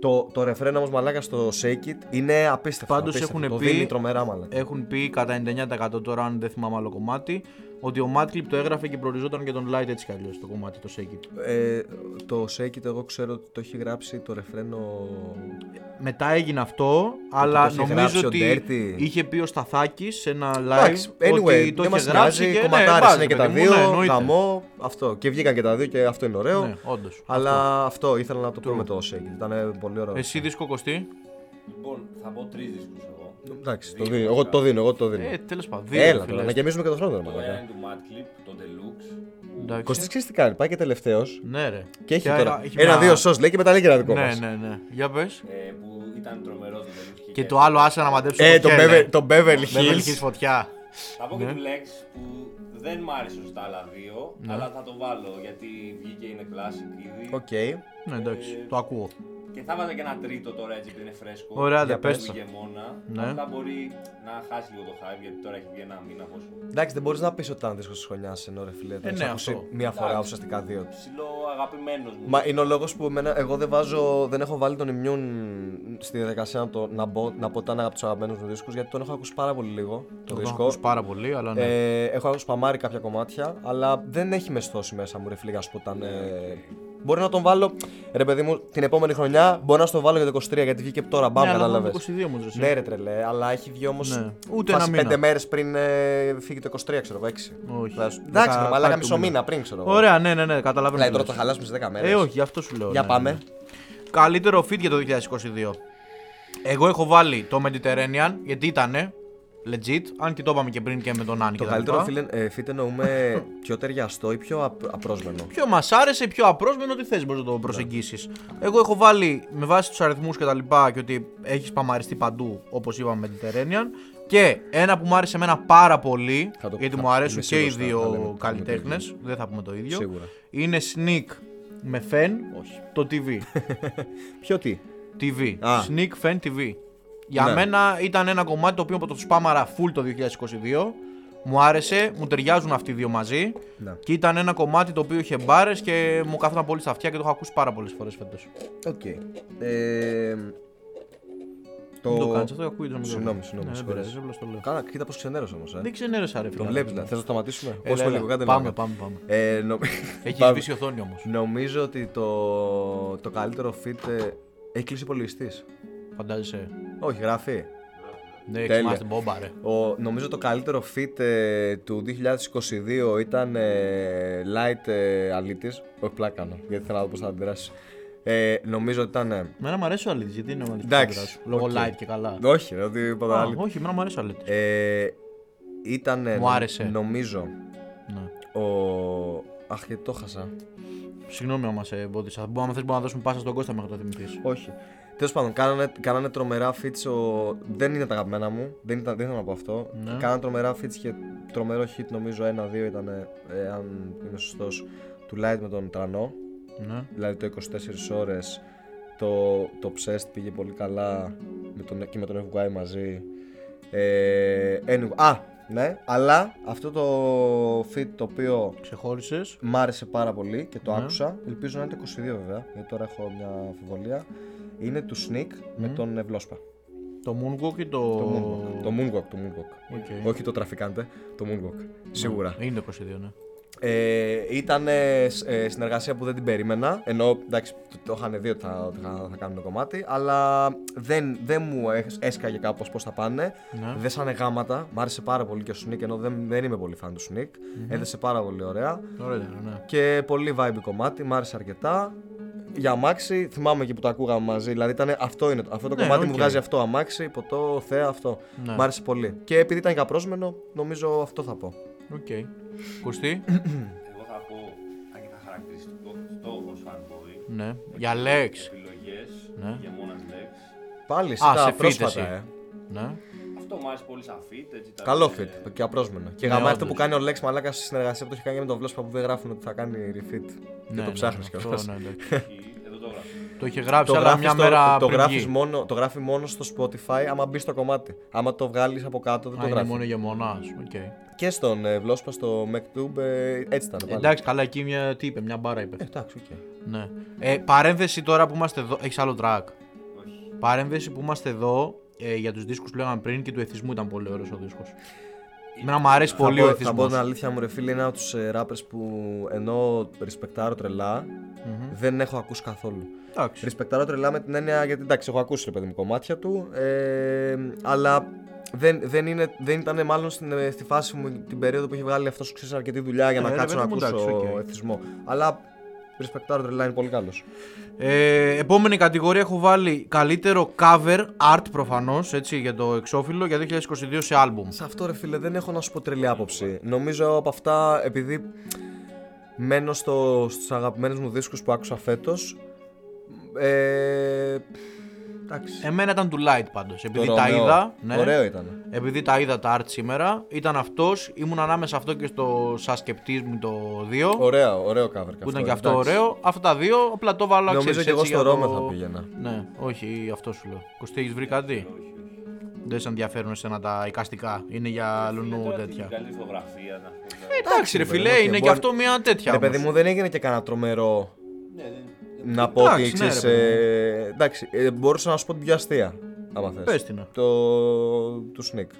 B: Το, το ρεφρέν όμως μαλάκα στο Shake It είναι απίστευτο.
A: Πάντως
B: απίστευτο.
A: έχουνε
B: το
A: πει-
B: δίνει τρομερά μαλάκα.
A: Έχουν πει κατά 99% τώρα, αν δεν θυμάμαι άλλο κομμάτι, ότι ο Matclip το έγραφε και προοριζόταν για τον Light έτσι κι αλλιώς το κομμάτι, το Shake It.
B: Ε, το Shake It εγώ ξέρω ότι το έχει γράψει το ρεφρέν ο.
A: Μετά έγινε αυτό, αλλά
B: είχε γράψει
A: νομίζω
B: ο
A: ότι
B: Ντέρτη.
A: είχε πει ο Σταθάκης σε ένα live
B: Εντάξει,
A: ότι
B: anyway,
A: το
B: δεν
A: είχε
B: μας
A: γράψει.
B: νοιάζει.
A: Και,
B: Κομματάρε
A: βάζε,
B: είναι και τα
A: παιδί μου, ναι,
B: δύο.
A: εννοείται.
B: Χαμό. Αυτό. Και βγήκαν και τα δύο και αυτό είναι ωραίο.
A: Ναι, όντως.
B: Αλλά αυτό ήθελα να το πω με το Shake. Ήταν πολύ ωραίο.
A: Εσύ δίσκο Κωστή.
C: Λοιπόν, θα πω τρεις δίσκους εγώ.
B: Εντάξει, το δίνω. Εγώ το δίνω. Εγώ το δίνω.
A: Ε, τέλος πάντων. Δύο, Ε,
B: Έλα,
A: φίλε.
B: τώρα, να γεμίζουμε και το χρόνο.
C: Το ένα
B: μαλάκα.
C: είναι του Mad Clip, το Deluxe.
A: Εντάξει.
B: Κωστής ξέρεις τι κάνει. Πάει και τελευταίος.
A: Ναι, ρε.
B: Και έχει
A: Και
B: τώρα.
A: μια-
B: Ένα-δύο σο λέει και μετά λέει και ένα δικό
A: Ναι,
B: μας.
A: ναι, ναι. Για πες.
C: ε, που ήταν τρομερός το Deluxe.
A: Και το άλλο, άσε να μαντέψω.
B: Ε,
A: φωτιά,
B: τον
A: είναι.
B: Bever- τον Beverly
A: Beverly Hills
B: Hills.
A: φωτιά.
C: Θα πω και
A: Ναι.
C: του Lex που δεν μ' άρεσε σωστά άλλα δύο, αλλά θα το βάλω γιατί βγήκε είναι classic ήδη.
B: Οκ.
A: Ναι, εντάξει, το ακούω.
C: Και θα βάζα και ένα τρίτο τώρα έτσι επειδή είναι φρέσκο.
A: Ωραία,
C: Για
A: δεν πες
C: που
A: το.
C: Γεμόνα.
A: Ναι.
C: Απλά μπορεί να χάσει λίγο το hype γιατί τώρα έχει βγει ένα μήνα πόσο.
B: Εντάξει, δεν μπορείς να πεις ότι ήταν δύσκολο τη χρονιά ενώ ρε φίλε.
A: Ε,
B: τον έχεις
A: ναι,
B: ακούσει
A: αυτό.
B: Μία φορά ουσιαστικά δύο.
C: Ψηλό αγαπημένος μου.
B: Μα είναι ο λόγος που εμένα, εγώ δεν, βάζω, δεν έχω βάλει τον Immune στη διαδικασία να, το, να, μπω, να πω ότι ήταν από του αγαπημένου μου δίσκου, γιατί τον έχω ακούσει πάρα πολύ λίγο.
A: Το
B: Το δίσκο.
A: ακούω πάρα πολύ, αλλά ναι.
B: Ε, έχω ακούσει παμάρι κάποια κομμάτια, αλλά δεν έχει μεστώσει μέσα μου ρε φίλε, ας πω ήταν. Ε, μπορεί να τον βάλω, ρε παιδί μου, την επόμενη χρονιά μπορεί να τον βάλω για το 23 γιατί βγήκε τώρα. Μπαμ,
A: Ναι, αλλά
B: κατάλαβες.
A: το 22 όμως, ρε, εσύ.
B: Ναι, ρε τρελέ, αλλά έχει βγει όμως.
A: Ναι. Ούτε ένα μήνα.
B: πέντε μέρες πριν ε, φύγει το 23, ξέρω εγώ, 6.
A: Όχι.
B: Εντάξει,
A: Δεκα-
B: ρε,
A: κάτι
B: μαλάκα
A: του
B: μισό
A: μήνα.
B: μήνα πριν, ξέρω εγώ.
A: Ωραία, ναι, ναι, ναι, καταλαβαίνω.
B: Δηλαδή
A: τι
B: τώρα το
A: λες.
B: χαλάσουμε σε 10 μέρες.
A: Ε, όχι, γι' αυτό σου λέω.
B: Για
A: ναι,
B: πάμε.
A: ναι. Καλύτερο fit για το 2022. Εγώ έχω βάλει το Mediterranean γιατί ήτανε legit, αν και το είπαμε και πριν και με τον Άννη.
B: Το
A: και τα
B: καλύτερο
A: λοιπά.
B: φίλε, ε, fit εννοούμε πιο ταιριαστό ή πιο απ- απρόσμενο.
A: Πιο μας άρεσε, πιο απρόσμενο, ό,τι θες μπορείς να
B: Ναι.
A: το προσεγγίσεις. Εγώ έχω βάλει με βάση τους αριθμούς και τα λοιπά και ότι έχεις παμαριστεί παντού, όπως είπαμε, Mediterranean. Και ένα που μου άρεσε εμένα πάρα πολύ,
B: Θα το-
A: γιατί
B: θα-
A: μου αρέσουν
B: είμαι
A: και οι
B: σίγουρος θα- θα λέμε- θα
A: δύο
B: λέμε το
A: καλλιτέχνε,
B: ίδιο.
A: δεν θα πούμε το ίδιο.
B: Σίγουρα.
A: Είναι Sneak με Fen
B: Όχι.
A: το TV.
B: Ποιο τι.
A: TV.
B: Α.
A: Sneak Fan TV. Για
B: Ναι.
A: μένα ήταν ένα κομμάτι το οποίο το σπάμαρα full το 2022. Μου άρεσε, μου ταιριάζουν αυτοί οι δύο μαζί.
B: Ναι.
A: Και ήταν ένα κομμάτι το οποίο είχε μπάρες και μου κάθονταν πολύ στα αυτιά και το έχω ακούσει πάρα πολλές φορές φέτος.
B: Οκ. Ε, το...
A: Το... το κάνεις αυτό, ακούει το μικρόφωνο.
B: Συγγνώμη, συγγνώμη,
A: Ναι, δεν
B: συγχωρείς.
A: πειράζει, απλώς το λέω.
B: Κάνα, κοίτα πώς ξενέρωσα όμως, ε.
A: Δεν ξενέρωσα, ρε φίλε.
B: Τον βλέπεις, ναι, να- θες να σταματήσουμε.
A: Έλα,
B: Όσο
A: έλα.
B: λίγο, κάντε
A: Πάμε,
B: λίγο.
A: πάμε, πάμε.
B: Ε, νο-
A: Έχει
B: Πάμε.
A: σβήσει η οθόνη όμως.
B: Νομίζω ότι το, το καλύτερο fit ε, έχει κλείσει υπολογιστής.
A: Φαντάζεσαι.
B: Όχι, γράφει.
A: Ναι,
B: Τέλεια.
A: ξεμάστε μπόμπα, ρε.
B: Ο, νομίζω το καλύτερο fit ε, του 2022 ήταν ε, light ε, αλήτης. Όχι, πλάκα κάνω, γιατί θέλω να δω πώς θα αντιδράσεις. Ε, νομίζω ότι ήταν. ε,
A: Μένα μου αρέσει ο αλήτης, γιατί είναι ο αλήτης.
B: Εντάξει,
A: Λόγω
B: οκ.
A: light και καλά.
B: όχι, ρε, ότι είπα
A: Α,
B: άλλη.
A: Όχι, εμένα μου αρέσει ο αλήτης.
B: Ε, ήταν. ε,
A: Μου άρεσε.
B: Νομίζω.
A: Ναι.
B: Ο... Αχ, γιατί το χάσα.
A: Συγγνώμη άμα σε εμπόδισα. Αν θες μπορούμε να δώσουμε πάσα στον Κώστα μέχρι να το θυμηθείς.
B: Όχι. Τέλος πάντων, κάνανε, κάνανε τρομερά fits. Ο... Δεν είναι τα αγαπημένα μου. Δεν, ήταν, δεν ήθελα να πω αυτό.
A: Ναι.
B: Κάνανε τρομερά fits και τρομερό hit νομίζω. Ένα-δύο ήταν, ε, ε, αν είμαι σωστός, του Light με τον Τρανό.
A: Ναι.
B: Δηλαδή το 24 ώρες. Το, το Obsessed πήγε πολύ καλά με τον, και με τον FY μαζί. Ε, anyway, α, ναι, αλλά αυτό το fit το οποίο
A: Ξεχώρισες.
B: Μ' άρεσε πάρα πολύ και το
A: Ναι.
B: άκουσα. Ελπίζω να είναι το 22 βέβαια, γιατί τώρα έχω μια αμφιβολία. Είναι του Sneak
A: Ναι.
B: με τον Ευλόσπα.
A: Το Moonwalk ή το...
B: Το Moonwalk. Το Moonwalk, το Moonwalk.
A: Οκ. Ναι.
B: Όχι το τραφικάντε, το Moonwalk. Σίγουρα.
A: Είναι το 22, ναι.
B: Ε, ήταν ε, σ- ε, συνεργασία που δεν την περίμενα. Ενώ εντάξει, το, το είχαν δει ότι θα, ότι θα, θα κάνουν κομμάτι, αλλά δεν, δεν μου έσ- έσκαγε κάπως πώς θα πάνε.
A: Ναι.
B: Δέσανε γάματα. Μ' άρεσε πάρα πολύ και ο Sneak, ενώ δεν, δεν είμαι πολύ φαν του Sneak. Έδεσε πάρα πολύ ωραία.
A: Ωραία ήταν, ναι.
B: Και πολύ vibe κομμάτι, μ' άρεσε αρκετά. Για αμάξι, θυμάμαι εκεί που το ακούγαμε μαζί. Δηλαδή ήταν, αυτό, είναι, αυτό το
A: Ναι,
B: κομμάτι
A: οκ.
B: μου βγάζει αυτό. Αμάξι, ποτό, θέα, αυτό.
A: Ναι.
B: Μ' άρεσε πολύ. Και επειδή ήταν και απρόσμενο, νομίζω αυτό θα πω.
A: Οκ. Κουστί.
C: Εγώ θα πω, αν και θα χαρακτηριστικό, το ως fanboy.
A: ναι. Για Λέξ.
C: Επιλογές,
A: Ναι.
C: για μόνας λέξ.
B: Πάλι στα
A: σε fit εσύ.
B: πρόσφατα, ε.
A: Ναι.
C: Αυτό μου άρεσε πολύ σαν fit. έτσι ήταν,
B: Καλό
C: ε,
B: fit και απρόσμενο. Και
A: Ναι,
B: γαμάει
A: όντως.
B: αυτό που κάνει ο Lex Μαλάκας στη συνεργασία που το έχει κάνει και με τον Βλόσπα που δεν γράφουν ότι θα κάνει refit.
A: ναι,
B: και
A: ναι,
B: το ψάχνεις
A: ναι,
B: ναι,
A: αυτό, ναι, εντάξει.
C: όχι, Εδώ το γράφω.
A: Το είχε γράψει,
B: Το,
A: αλλά
B: γράφεις
A: μια
B: στο-
A: μέρα
B: το,
A: πριν
B: γράφεις
A: βγει.
B: μόνο, το γράφει μόνο στο Spotify άμα μπει στο κομμάτι. Άμα το βγάλεις από κάτω δεν
A: Α,
B: το
A: είναι
B: γράφει.
A: μόνο για μονάς. Οκ.
B: Και στον ε, Βλόσπα στο MacTube ε, έτσι ήταν. Πάλι. Ε,
A: Εντάξει, καλά, εκεί μια, τι είπε, μια μπάρα είπε.
B: Εντάξει, οκ.
A: Ναι. Ε, παρένθεση τώρα που είμαστε εδώ. Έχεις άλλο track.
C: Όχι.
A: Παρένθεση που είμαστε εδώ ε, για τους δίσκους που λέγαμε πριν και του εθισμού ήταν πολύ ωραίος ο δίσκος. Εμένα μου αρέσει πολύ
B: θα
A: ο
B: πω, θα πω
A: εθισμός.
B: την αλήθεια μου, ρε φίλε, είναι από τους ράπερ που ενώ ρησπεκτάρω τρελά, δεν έχω ακούσει καθόλου.
A: Εντάξει.
B: Ρησπεκτάρω τρελά με την έννοια γιατί εντάξει, έχω ακούσει ρε παιδί μου κομμάτια του, ε, αλλά δεν, δεν, είναι, δεν ήταν μάλλον στην, ε, στη φάση μου την περίοδο που είχε βγάλει αυτός ξέρεις αρκετή δουλειά για
A: Ε,
B: να
A: ρε
B: κάτσω να
A: παιδί μου,
B: ακούσω
A: εντάξει, οκ.
B: εθισμό. Αλλά ρησπεκτάρω τρελά είναι πολύ καλός.
A: Ε, επόμενη κατηγορία έχω βάλει καλύτερο cover art προφανώς έτσι για το εξώφυλλο για 2022 σε άλμπουμ.
B: Σε αυτό ρε φίλε δεν έχω να σου πω τρελή άποψη. Νομίζω από αυτά επειδή μένω στο, στους αγαπημένους μου δίσκους που άκουσα φέτος ε, Εντάξει.
A: Εμένα ήταν του Light πάντως επειδή
B: Το
A: τα
B: Ρωμαίο.
A: είδα. Ναι,
B: Ωραίο ήταν.
A: Επειδή τα είδα τα art σήμερα, ήταν αυτός, ήμουν ανάμεσα αυτό και στο Σα σκεπτής μου το 2.
B: Ωραίο, ωραίο cover.
A: Που ήταν και αυτό ωραίο. Αυτά τα δύο, απλά το βάλα
B: Νομίζω
A: ξέρεις,
B: και εγώ
A: έτσι,
B: στο
A: για
B: Ρώμα θα πήγαινα.
A: Ναι, όχι, αυτό σου λέω. Κωστή, έχεις βρει κάτι. Δεν σε ενδιαφέρουν εσένα τα εικαστικά. Είναι για λουνού
C: Τώρα
A: τέτοια.
C: την καλή φωτογραφία να πω. δηλαδή.
A: Εντάξει, ρε
B: παιδί μου,
A: φιλέ,
B: οκ,
A: είναι και
B: μπορεί-
A: αυτό μια τέτοια.
B: Ρε
A: όμως.
B: παιδί μου δεν έγινε και κανένα τρομερό
C: Ναι, δεν-
B: να πω
A: Εντάξει,
B: ότι
A: ναι, ρε
B: ξέρεις,
A: παιδί μου.
B: ε, εντάξει, ε, μπορούσα να σου πω την πιο αστεία. Άμα θες.
A: Πες την, ναι.
B: Το, του Σνικ.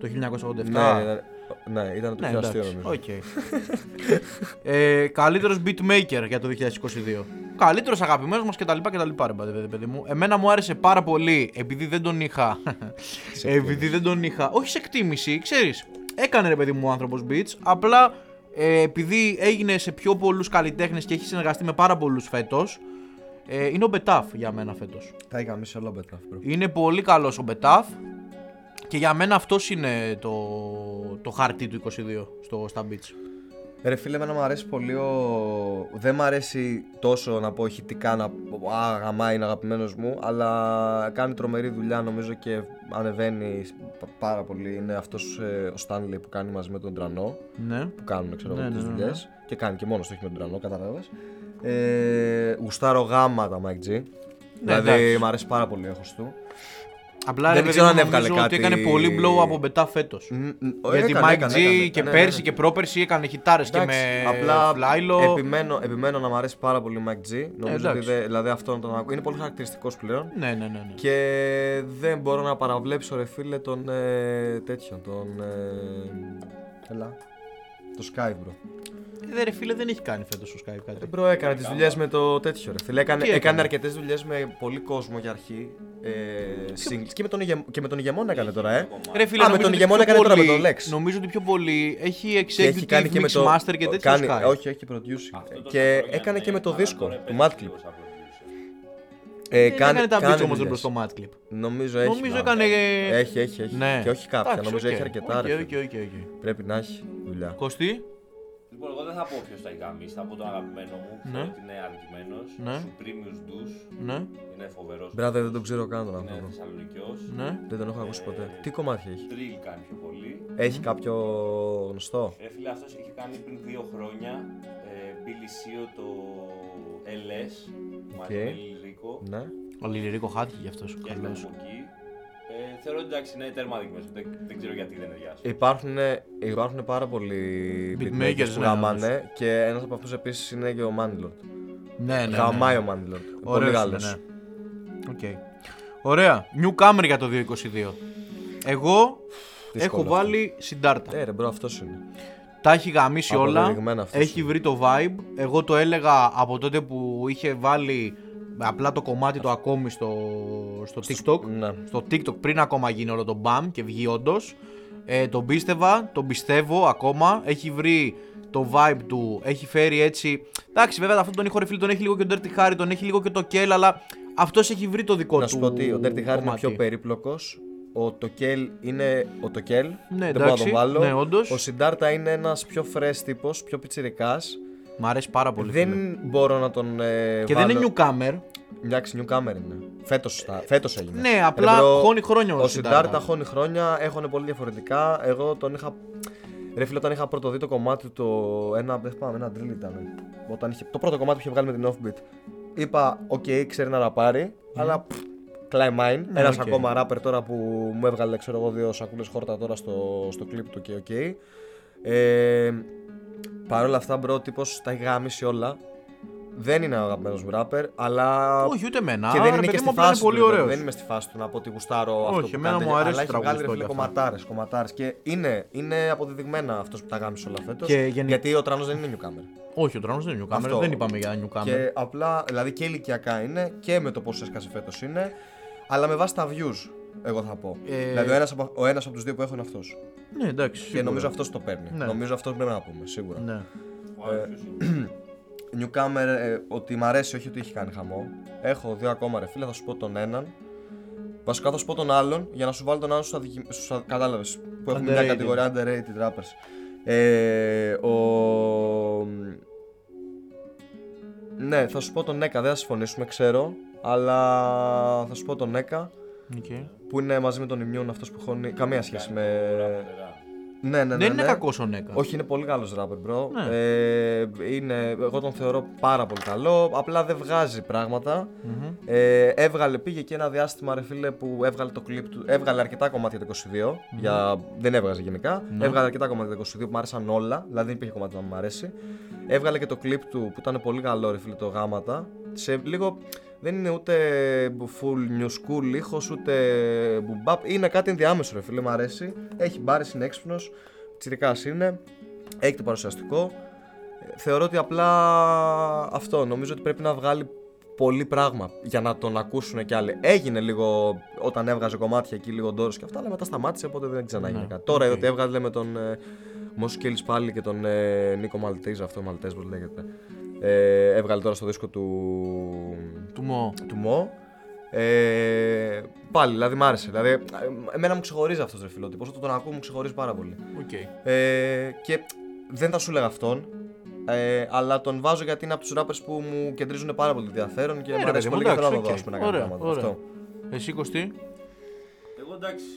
A: Το 1987.
B: Ναι, ναι, ναι, ήταν το
A: Ε, Ναι,
B: πιο αστείο
A: εντάξει.
B: νομίζω.
A: Οκ. ε, Καλύτερος beatmaker για το 2022. Καλύτερος αγαπημένος μας κτλ. κτλ ρε, παιδί, παιδί μου. Εμένα μου άρεσε πάρα πολύ επειδή δεν τον είχα. επειδή δεν τον είχα. Όχι σε εκτίμηση, ξέρεις. Έκανε ρε παιδί μου ο άνθρωπος beats. Απλά ε, επειδή έγινε σε πιο πολλούς καλλιτέχνες και έχει συνεργαστεί με πάρα πολλούς φέτος. Ε, είναι ο Μπετάφ για μένα φέτος.
B: Τα είχαμε σε όλα μπετάφ, bro.
A: Είναι πολύ καλός ο Μπετάφ και για μένα αυτός είναι το, το χαρτί του 22 στο, στα beach.
B: Ρε φίλε, εμένα μου αρέσει πολύ ο... Δεν μ' αρέσει τόσο να πω ηχητικά να πω «Α, γαμά είναι αγαπημένος μου», αλλά κάνει τρομερή δουλειά νομίζω και ανεβαίνει πα- πάρα πολύ. Είναι αυτός ε, ο Στάνλι που κάνει μαζί με τον Τρανό,
A: Ναι.
B: που κάνουν ξέρω
A: Ναι,
B: εγώ τις
A: ναι, ναι, ναι.
B: δουλειές και κάνει και μόνος, το έχει με τον Τρανό, κατάλαβες. Ε, γουστάρω γάμα τα Mike G. δηλαδή,
A: Ναι, εντάξει.
B: μου αρέσει πάρα πολύ έχω του.
A: Απλά
B: Δεν
A: ρε,
B: ξέρω
A: παιδί μου,
B: αν έβγαλε
A: νομίζω Ότι
B: κάτι-
A: έκανε πολύ blow από Μπετάφ φέτο. Γιατί Mike G και πέρσι και πρόπερσι έκανε χιτάρες και
B: Ναι, Εντάξει,
A: με
B: απλά
A: Φλάιλο.
B: επιμένω, επιμένω να μου αρέσει πάρα πολύ ο Mike G. Νομίζω ότι
A: εντάξει.
B: δε, δηλαδή αυτόν τον ακούω. Είναι πολύ χαρακτηριστικός πλέον.
A: Ναι, ναι, ναι. ναι.
B: Και δεν μπορώ να παραβλέψω ρε φίλε τον ε, τέτοιον, τον... Ε, έλα, το Sky bro.
A: Ε, Δε, ρε φίλε, δεν έχει κάνει φέτος ο Skype κάτι.
B: Ε, Bro έκανε τις δουλειές με το τέτοιο ρε φίλε. Έκανε,
A: Τι έκανε?
B: έκανε αρκετές δουλειές με πολύ κόσμο για αρχή. Ε, singles. Και με τον, ηγε- και με τον ηγεμόνα έκανε τώρα ε.
A: Ρε φίλε,
B: Α,
A: νομίζω
B: με τον
A: ότι
B: ηγεμόνα
A: πιο
B: έκανε τώρα με
A: πολύ-
B: τον Lex.
A: Νομίζω ότι πιο πολύ έχει
B: Και
A: executive, mix master και τέτοια
B: κάνει,
A: Skype.
B: όχι, όχι, producing.
C: Αυτό το
B: και
C: σαφρόγιανο
B: έκανε και
C: είναι,
B: με το
C: αλλά
B: δίσκο
C: τώρα
B: του
C: επέστρεψε
B: Mad Clip.
C: λίγο σαν producer.
B: Ε,
A: Δεν έκανε τα beats όμως
B: δουλειές.
A: μπρος στο match clip.
B: Νομίζω έχει.
A: Νομίζω
B: μάλλον.
A: έκανε-
B: Έχει, έχει, έχει.
A: Ναι.
B: Και όχι κάποια.
A: Εντάξει,
B: νομίζω
A: οκ.
B: έχει αρκετά.
A: Οκ,
B: ρε
A: οκ,
B: φίλε.
A: οκ, οκ.
B: Πρέπει να έχει δουλειά.
A: Κωστή,
C: Λοιπόν, εγώ δεν θα πω ποιος θα γκαμίσει, θα πω τον αγαπημένο μου.
A: Ναι.
C: Ναι. Ότι είναι αδικημένο.
A: Ναι.
C: Supremius Dus.
A: ναι,
C: Είναι φοβερός.
B: Μπράδε, δεν τον ξέρω καν τον
C: Είναι
B: άνθρωπο.
C: Θεσσαλονικιός.
A: ναι.
B: Δεν τον έχω ακούσει ποτέ. Τι κομμάτια έχει.
C: Τριλ κάνει πιο πολύ.
B: Έχει κάποιο γνωστό.
C: Ρε Ε, φίλε, αυτός είχε κάνει πριν δύο χρόνια ε, πιλησίο το LS. που Μαζί
B: Οκ.
C: με Λυρικό.
B: Ναι.
A: Ο Λιρίκο χάθηκε γι' αυτός.
C: Και έκανε από εκεί. Ε, θεωρώ ότι εντάξει είναι τέρμα αδικημένο. Δεν, δεν ξέρω γιατί δεν είναι
B: Υπάρχουν, ε, υπάρχουν πάρα πολλοί
A: Beatmakers,
B: beatmakers που
A: ναι,
B: γαμάνε και ένας από αυτούς επίσης είναι και ο Manlord.
A: Ναι, ναι.
B: Γαμάει ο Manlord. Πολύ
A: Ωραίος
B: Γάλλο.
A: είναι, ναι. Οκ. Ωραία. New Camry για το 2022. Εγώ έχω
B: αυτό.
A: βάλει συντάρτα.
B: Ε, ρε, μπρο, αυτός είναι.
A: Τα έχει γαμίσει όλα.
B: Αποδεδειγμένα αυτός
A: Έχει
B: σου.
A: βρει το vibe. Εγώ το έλεγα από τότε που είχε βάλει απλά το κομμάτι το ακόμη στο, στο TikTok.
B: Ναι.
A: Στο TikTok πριν ακόμα γίνει όλο το μπαμ και βγει όντως. Ε, τον πίστευα, τον πιστεύω ακόμα. Έχει βρει το vibe του, έχει φέρει έτσι. Εντάξει, βέβαια αυτόν τον ήχο ρε φίλε τον έχει λίγο και ο Dirty Harry, τον έχει λίγο και το Kell, αλλά αυτός έχει βρει το δικό
B: Να
A: του.
B: σου πω ότι ο Dirty Harry είναι
A: κομμάτι.
B: πιο περίπλοκος. Ο Τοκέλ είναι ο Τοκέλ. δεν μπορώ να
A: Ναι, εντάξει.
B: τον βάλω.
A: Ναι, όντως.
B: Ο Σιντάρτα είναι ένας πιο fresh τύπος, πιο πιτσιρικάς.
A: Μ' αρέσει πάρα πολύ.
B: Δεν
A: φίλε.
B: μπορώ να τον. Ε,
A: Και δεν
B: βάλω.
A: είναι newcomer.
B: Εντάξει, newcomer είναι. Φέτος φέτος έγινε.
A: ναι, απλά
B: bro,
A: χώνει χρόνια ο
B: Ο
A: Σιντάρτα.
B: Σιντάρτα χώνει χρόνια, έχουν πολύ διαφορετικά. Εγώ τον είχα. Ρε φίλε, όταν είχα πρώτο δει το κομμάτι του, το ένα, δεν θυμάμαι, ένα drill ήταν. Όταν είχε, το πρώτο κομμάτι που είχε βγάλει με την Offbeat. Είπα, οκ, ξέρει να ραπάρει, αλλά πφ, climb mine.
A: Ναι,
B: Ένας
A: οκ.
B: ακόμα ράπερ τώρα που μου έβγαλε, ξέρω εγώ, δύο σακούλες χόρτα τώρα στο, στο κλιπ του και οκ. Ε, Παρ' όλα αυτά, μπρο, τύπος τα έχει γάμισει όλα. Δεν είναι ο αγαπημένος μου ράπερ, αλλά
A: Όχι, ούτε εμένα.
B: και δεν
A: Ρε
B: είναι
A: παιδί
B: και
A: μου,
B: στη
A: απλά είναι
B: φάση του.
A: πολύ
B: ρε παιδί
A: ωραίος.
B: μου. Δεν είμαι στη φάση του να πω ότι γουστάρω
A: Όχι,
B: αυτό που
A: εμένα
B: κάνει,
A: μου αρέσει
B: Αλλά έχει βγάλει ρε
A: τραγουδιστό
B: φίλε
A: κι αυτό.
B: κομματάρες, κομματάρες. Και είναι, είναι αποδεδειγμένα αυτός που τα γάμισε όλα φέτος.
A: Και γενικ-
B: Γιατί ο Τράνος δεν είναι newcomer.
A: Όχι, ο Τράνο δεν είναι newcomer.
B: Αυτό.
A: Δεν είπαμε για newcomer.
B: Και απλά, δηλαδή και ηλικιακά είναι και με το πόσο έσκασε φέτος είναι. Αλλά με βάση τα views, εγώ θα πω.
A: Ε,
B: Δηλαδή ο ένας, από, ο ένας από τους δύο που έχω είναι αυτός.
A: Ναι, εντάξει.
B: Και
A: σίγουρα.
B: νομίζω αυτός το παίρνει.
A: Ναι.
B: Νομίζω αυτός πρέπει να πούμε, σίγουρα.
A: Ναι.
C: αδικημένο.
B: Newcomer, ε, ότι μ' αρέσει, όχι ότι έχει κάνει χαμό. Έχω δύο ακόμα ρε φίλε, θα σου πω τον έναν. Βασικά θα σου πω τον άλλον για να σου βάλω τον άλλον στου αδικη... στους α- κατάλαβες, που έχουν μια
A: Underrated.
B: κατηγορία underrated rappers. Ε, ο... Ναι, θα σου πω τον Νέκα, δεν θα συμφωνήσουμε, ξέρω. Αλλά θα σου πω τον Νέκα
A: Οκ.
B: που είναι μαζί με τον Ιμιούν αυτός που χώνει. Καμία σχέση με. Ναι, ναι, ναι.
A: Δεν είναι
B: ναι.
A: κακός ο Νέκας.
B: Όχι, είναι πολύ καλός ράπερ, bro.
A: Ναι.
B: Ε, είναι, εγώ τον θεωρώ πάρα πολύ καλό. Απλά δεν βγάζει πράγματα.
A: Μμμ.
B: Ε, έβγαλε, πήγε και ένα διάστημα ρε φίλε που έβγαλε το κλιπ του. Έβγαλε αρκετά κομμάτια το 22. Για, δεν έβγαζε γενικά.
A: Ναι.
B: Έβγαλε αρκετά κομμάτια το 22 που μου άρεσαν όλα. Δηλαδή δεν υπήρχε κομμάτι που να μου αρέσει. Έβγαλε και το κλιπ του που ήταν πολύ καλό ρε φίλε το γάματα. Σε λίγο δεν είναι ούτε full new school ήχος, ούτε μπουμπάπ. Είναι κάτι ενδιάμεσο ρε φίλε, μου αρέσει. Έχει μπάρες, είναι έξυπνος, τσιρικάς είναι, έχει το παρουσιαστικό. Ε, Θεωρώ ότι απλά αυτό, νομίζω ότι πρέπει να βγάλει πολύ πράγμα για να τον ακούσουν κι άλλοι. Έγινε λίγο όταν έβγαζε κομμάτια εκεί, λίγο ντόρος και αυτά, αλλά μετά σταμάτησε, οπότε δεν ξανάγινε
A: Ναι,
B: κάτι. Τώρα
A: οκ.
B: είδα ότι έβγαλε με τον ε, Μόσου Κέλλης πάλι και τον ε, Νίκο Μαλτέζ, αυτό Μαλτέζ πώς λέγεται. Ε, έβγαλε τώρα στο δίσκο του
A: Του Μω.
B: του Μω. Ε, πάλι, δηλαδή μ' άρεσε. Δηλαδή, ε, εμένα μου ξεχωρίζει αυτός ρε φιλότυπο. Όταν τον ακούω, μου ξεχωρίζει πάρα πολύ.
A: Οκ.
B: Ε, και δεν θα σου έλεγα αυτόν. Ε, αλλά τον βάζω γιατί είναι από τους ράπε που μου κεντρίζουν πάρα πολύ ενδιαφέρον και
A: Ε,
B: μου
A: ρε,
B: αρέσει
A: παιδί μου,
B: πολύ και θέλω
A: εντάξει,
B: να το δω
A: οκ.
B: ας πούμε, να κάνω
A: Ωραία,
B: πράγματα.
A: ωραία.
B: Αυτό.
A: Εσύ Κωστή.
B: Ε,
C: Εγώ εντάξει,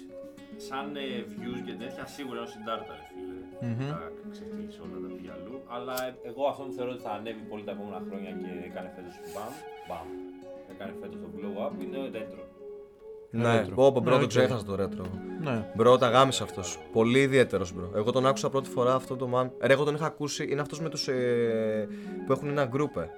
C: σαν ε, views και τέτοια σίγουρα είναι ο Συντάρτα, ρε φιλε Τα ξεφύγει όλα, τα πήγε αλλού. Αλλά ε, εγώ αυτόν θεωρώ ότι θα ανέβει πολύ τα επόμενα χρόνια και έκανε φέτος μπαμ. Μπαμ. Έκανε φέτος το blow up, είναι ο Έντρο.
B: Ναι,
A: Ρέτρο.
B: πω, πω, μπρο,
A: Ναι,
B: το
A: οκ.
B: ξέχασα το ρέτρο.
A: Ναι.
B: Μπρο, τα γάμισε αυτός. Πολύ ιδιαίτερος μπρο. Εγώ τον άκουσα πρώτη φορά αυτό το man. Ρε, εγώ τον είχα ακούσει. Είναι αυτός με τους. Ε, που έχουν ένα γκρουπε.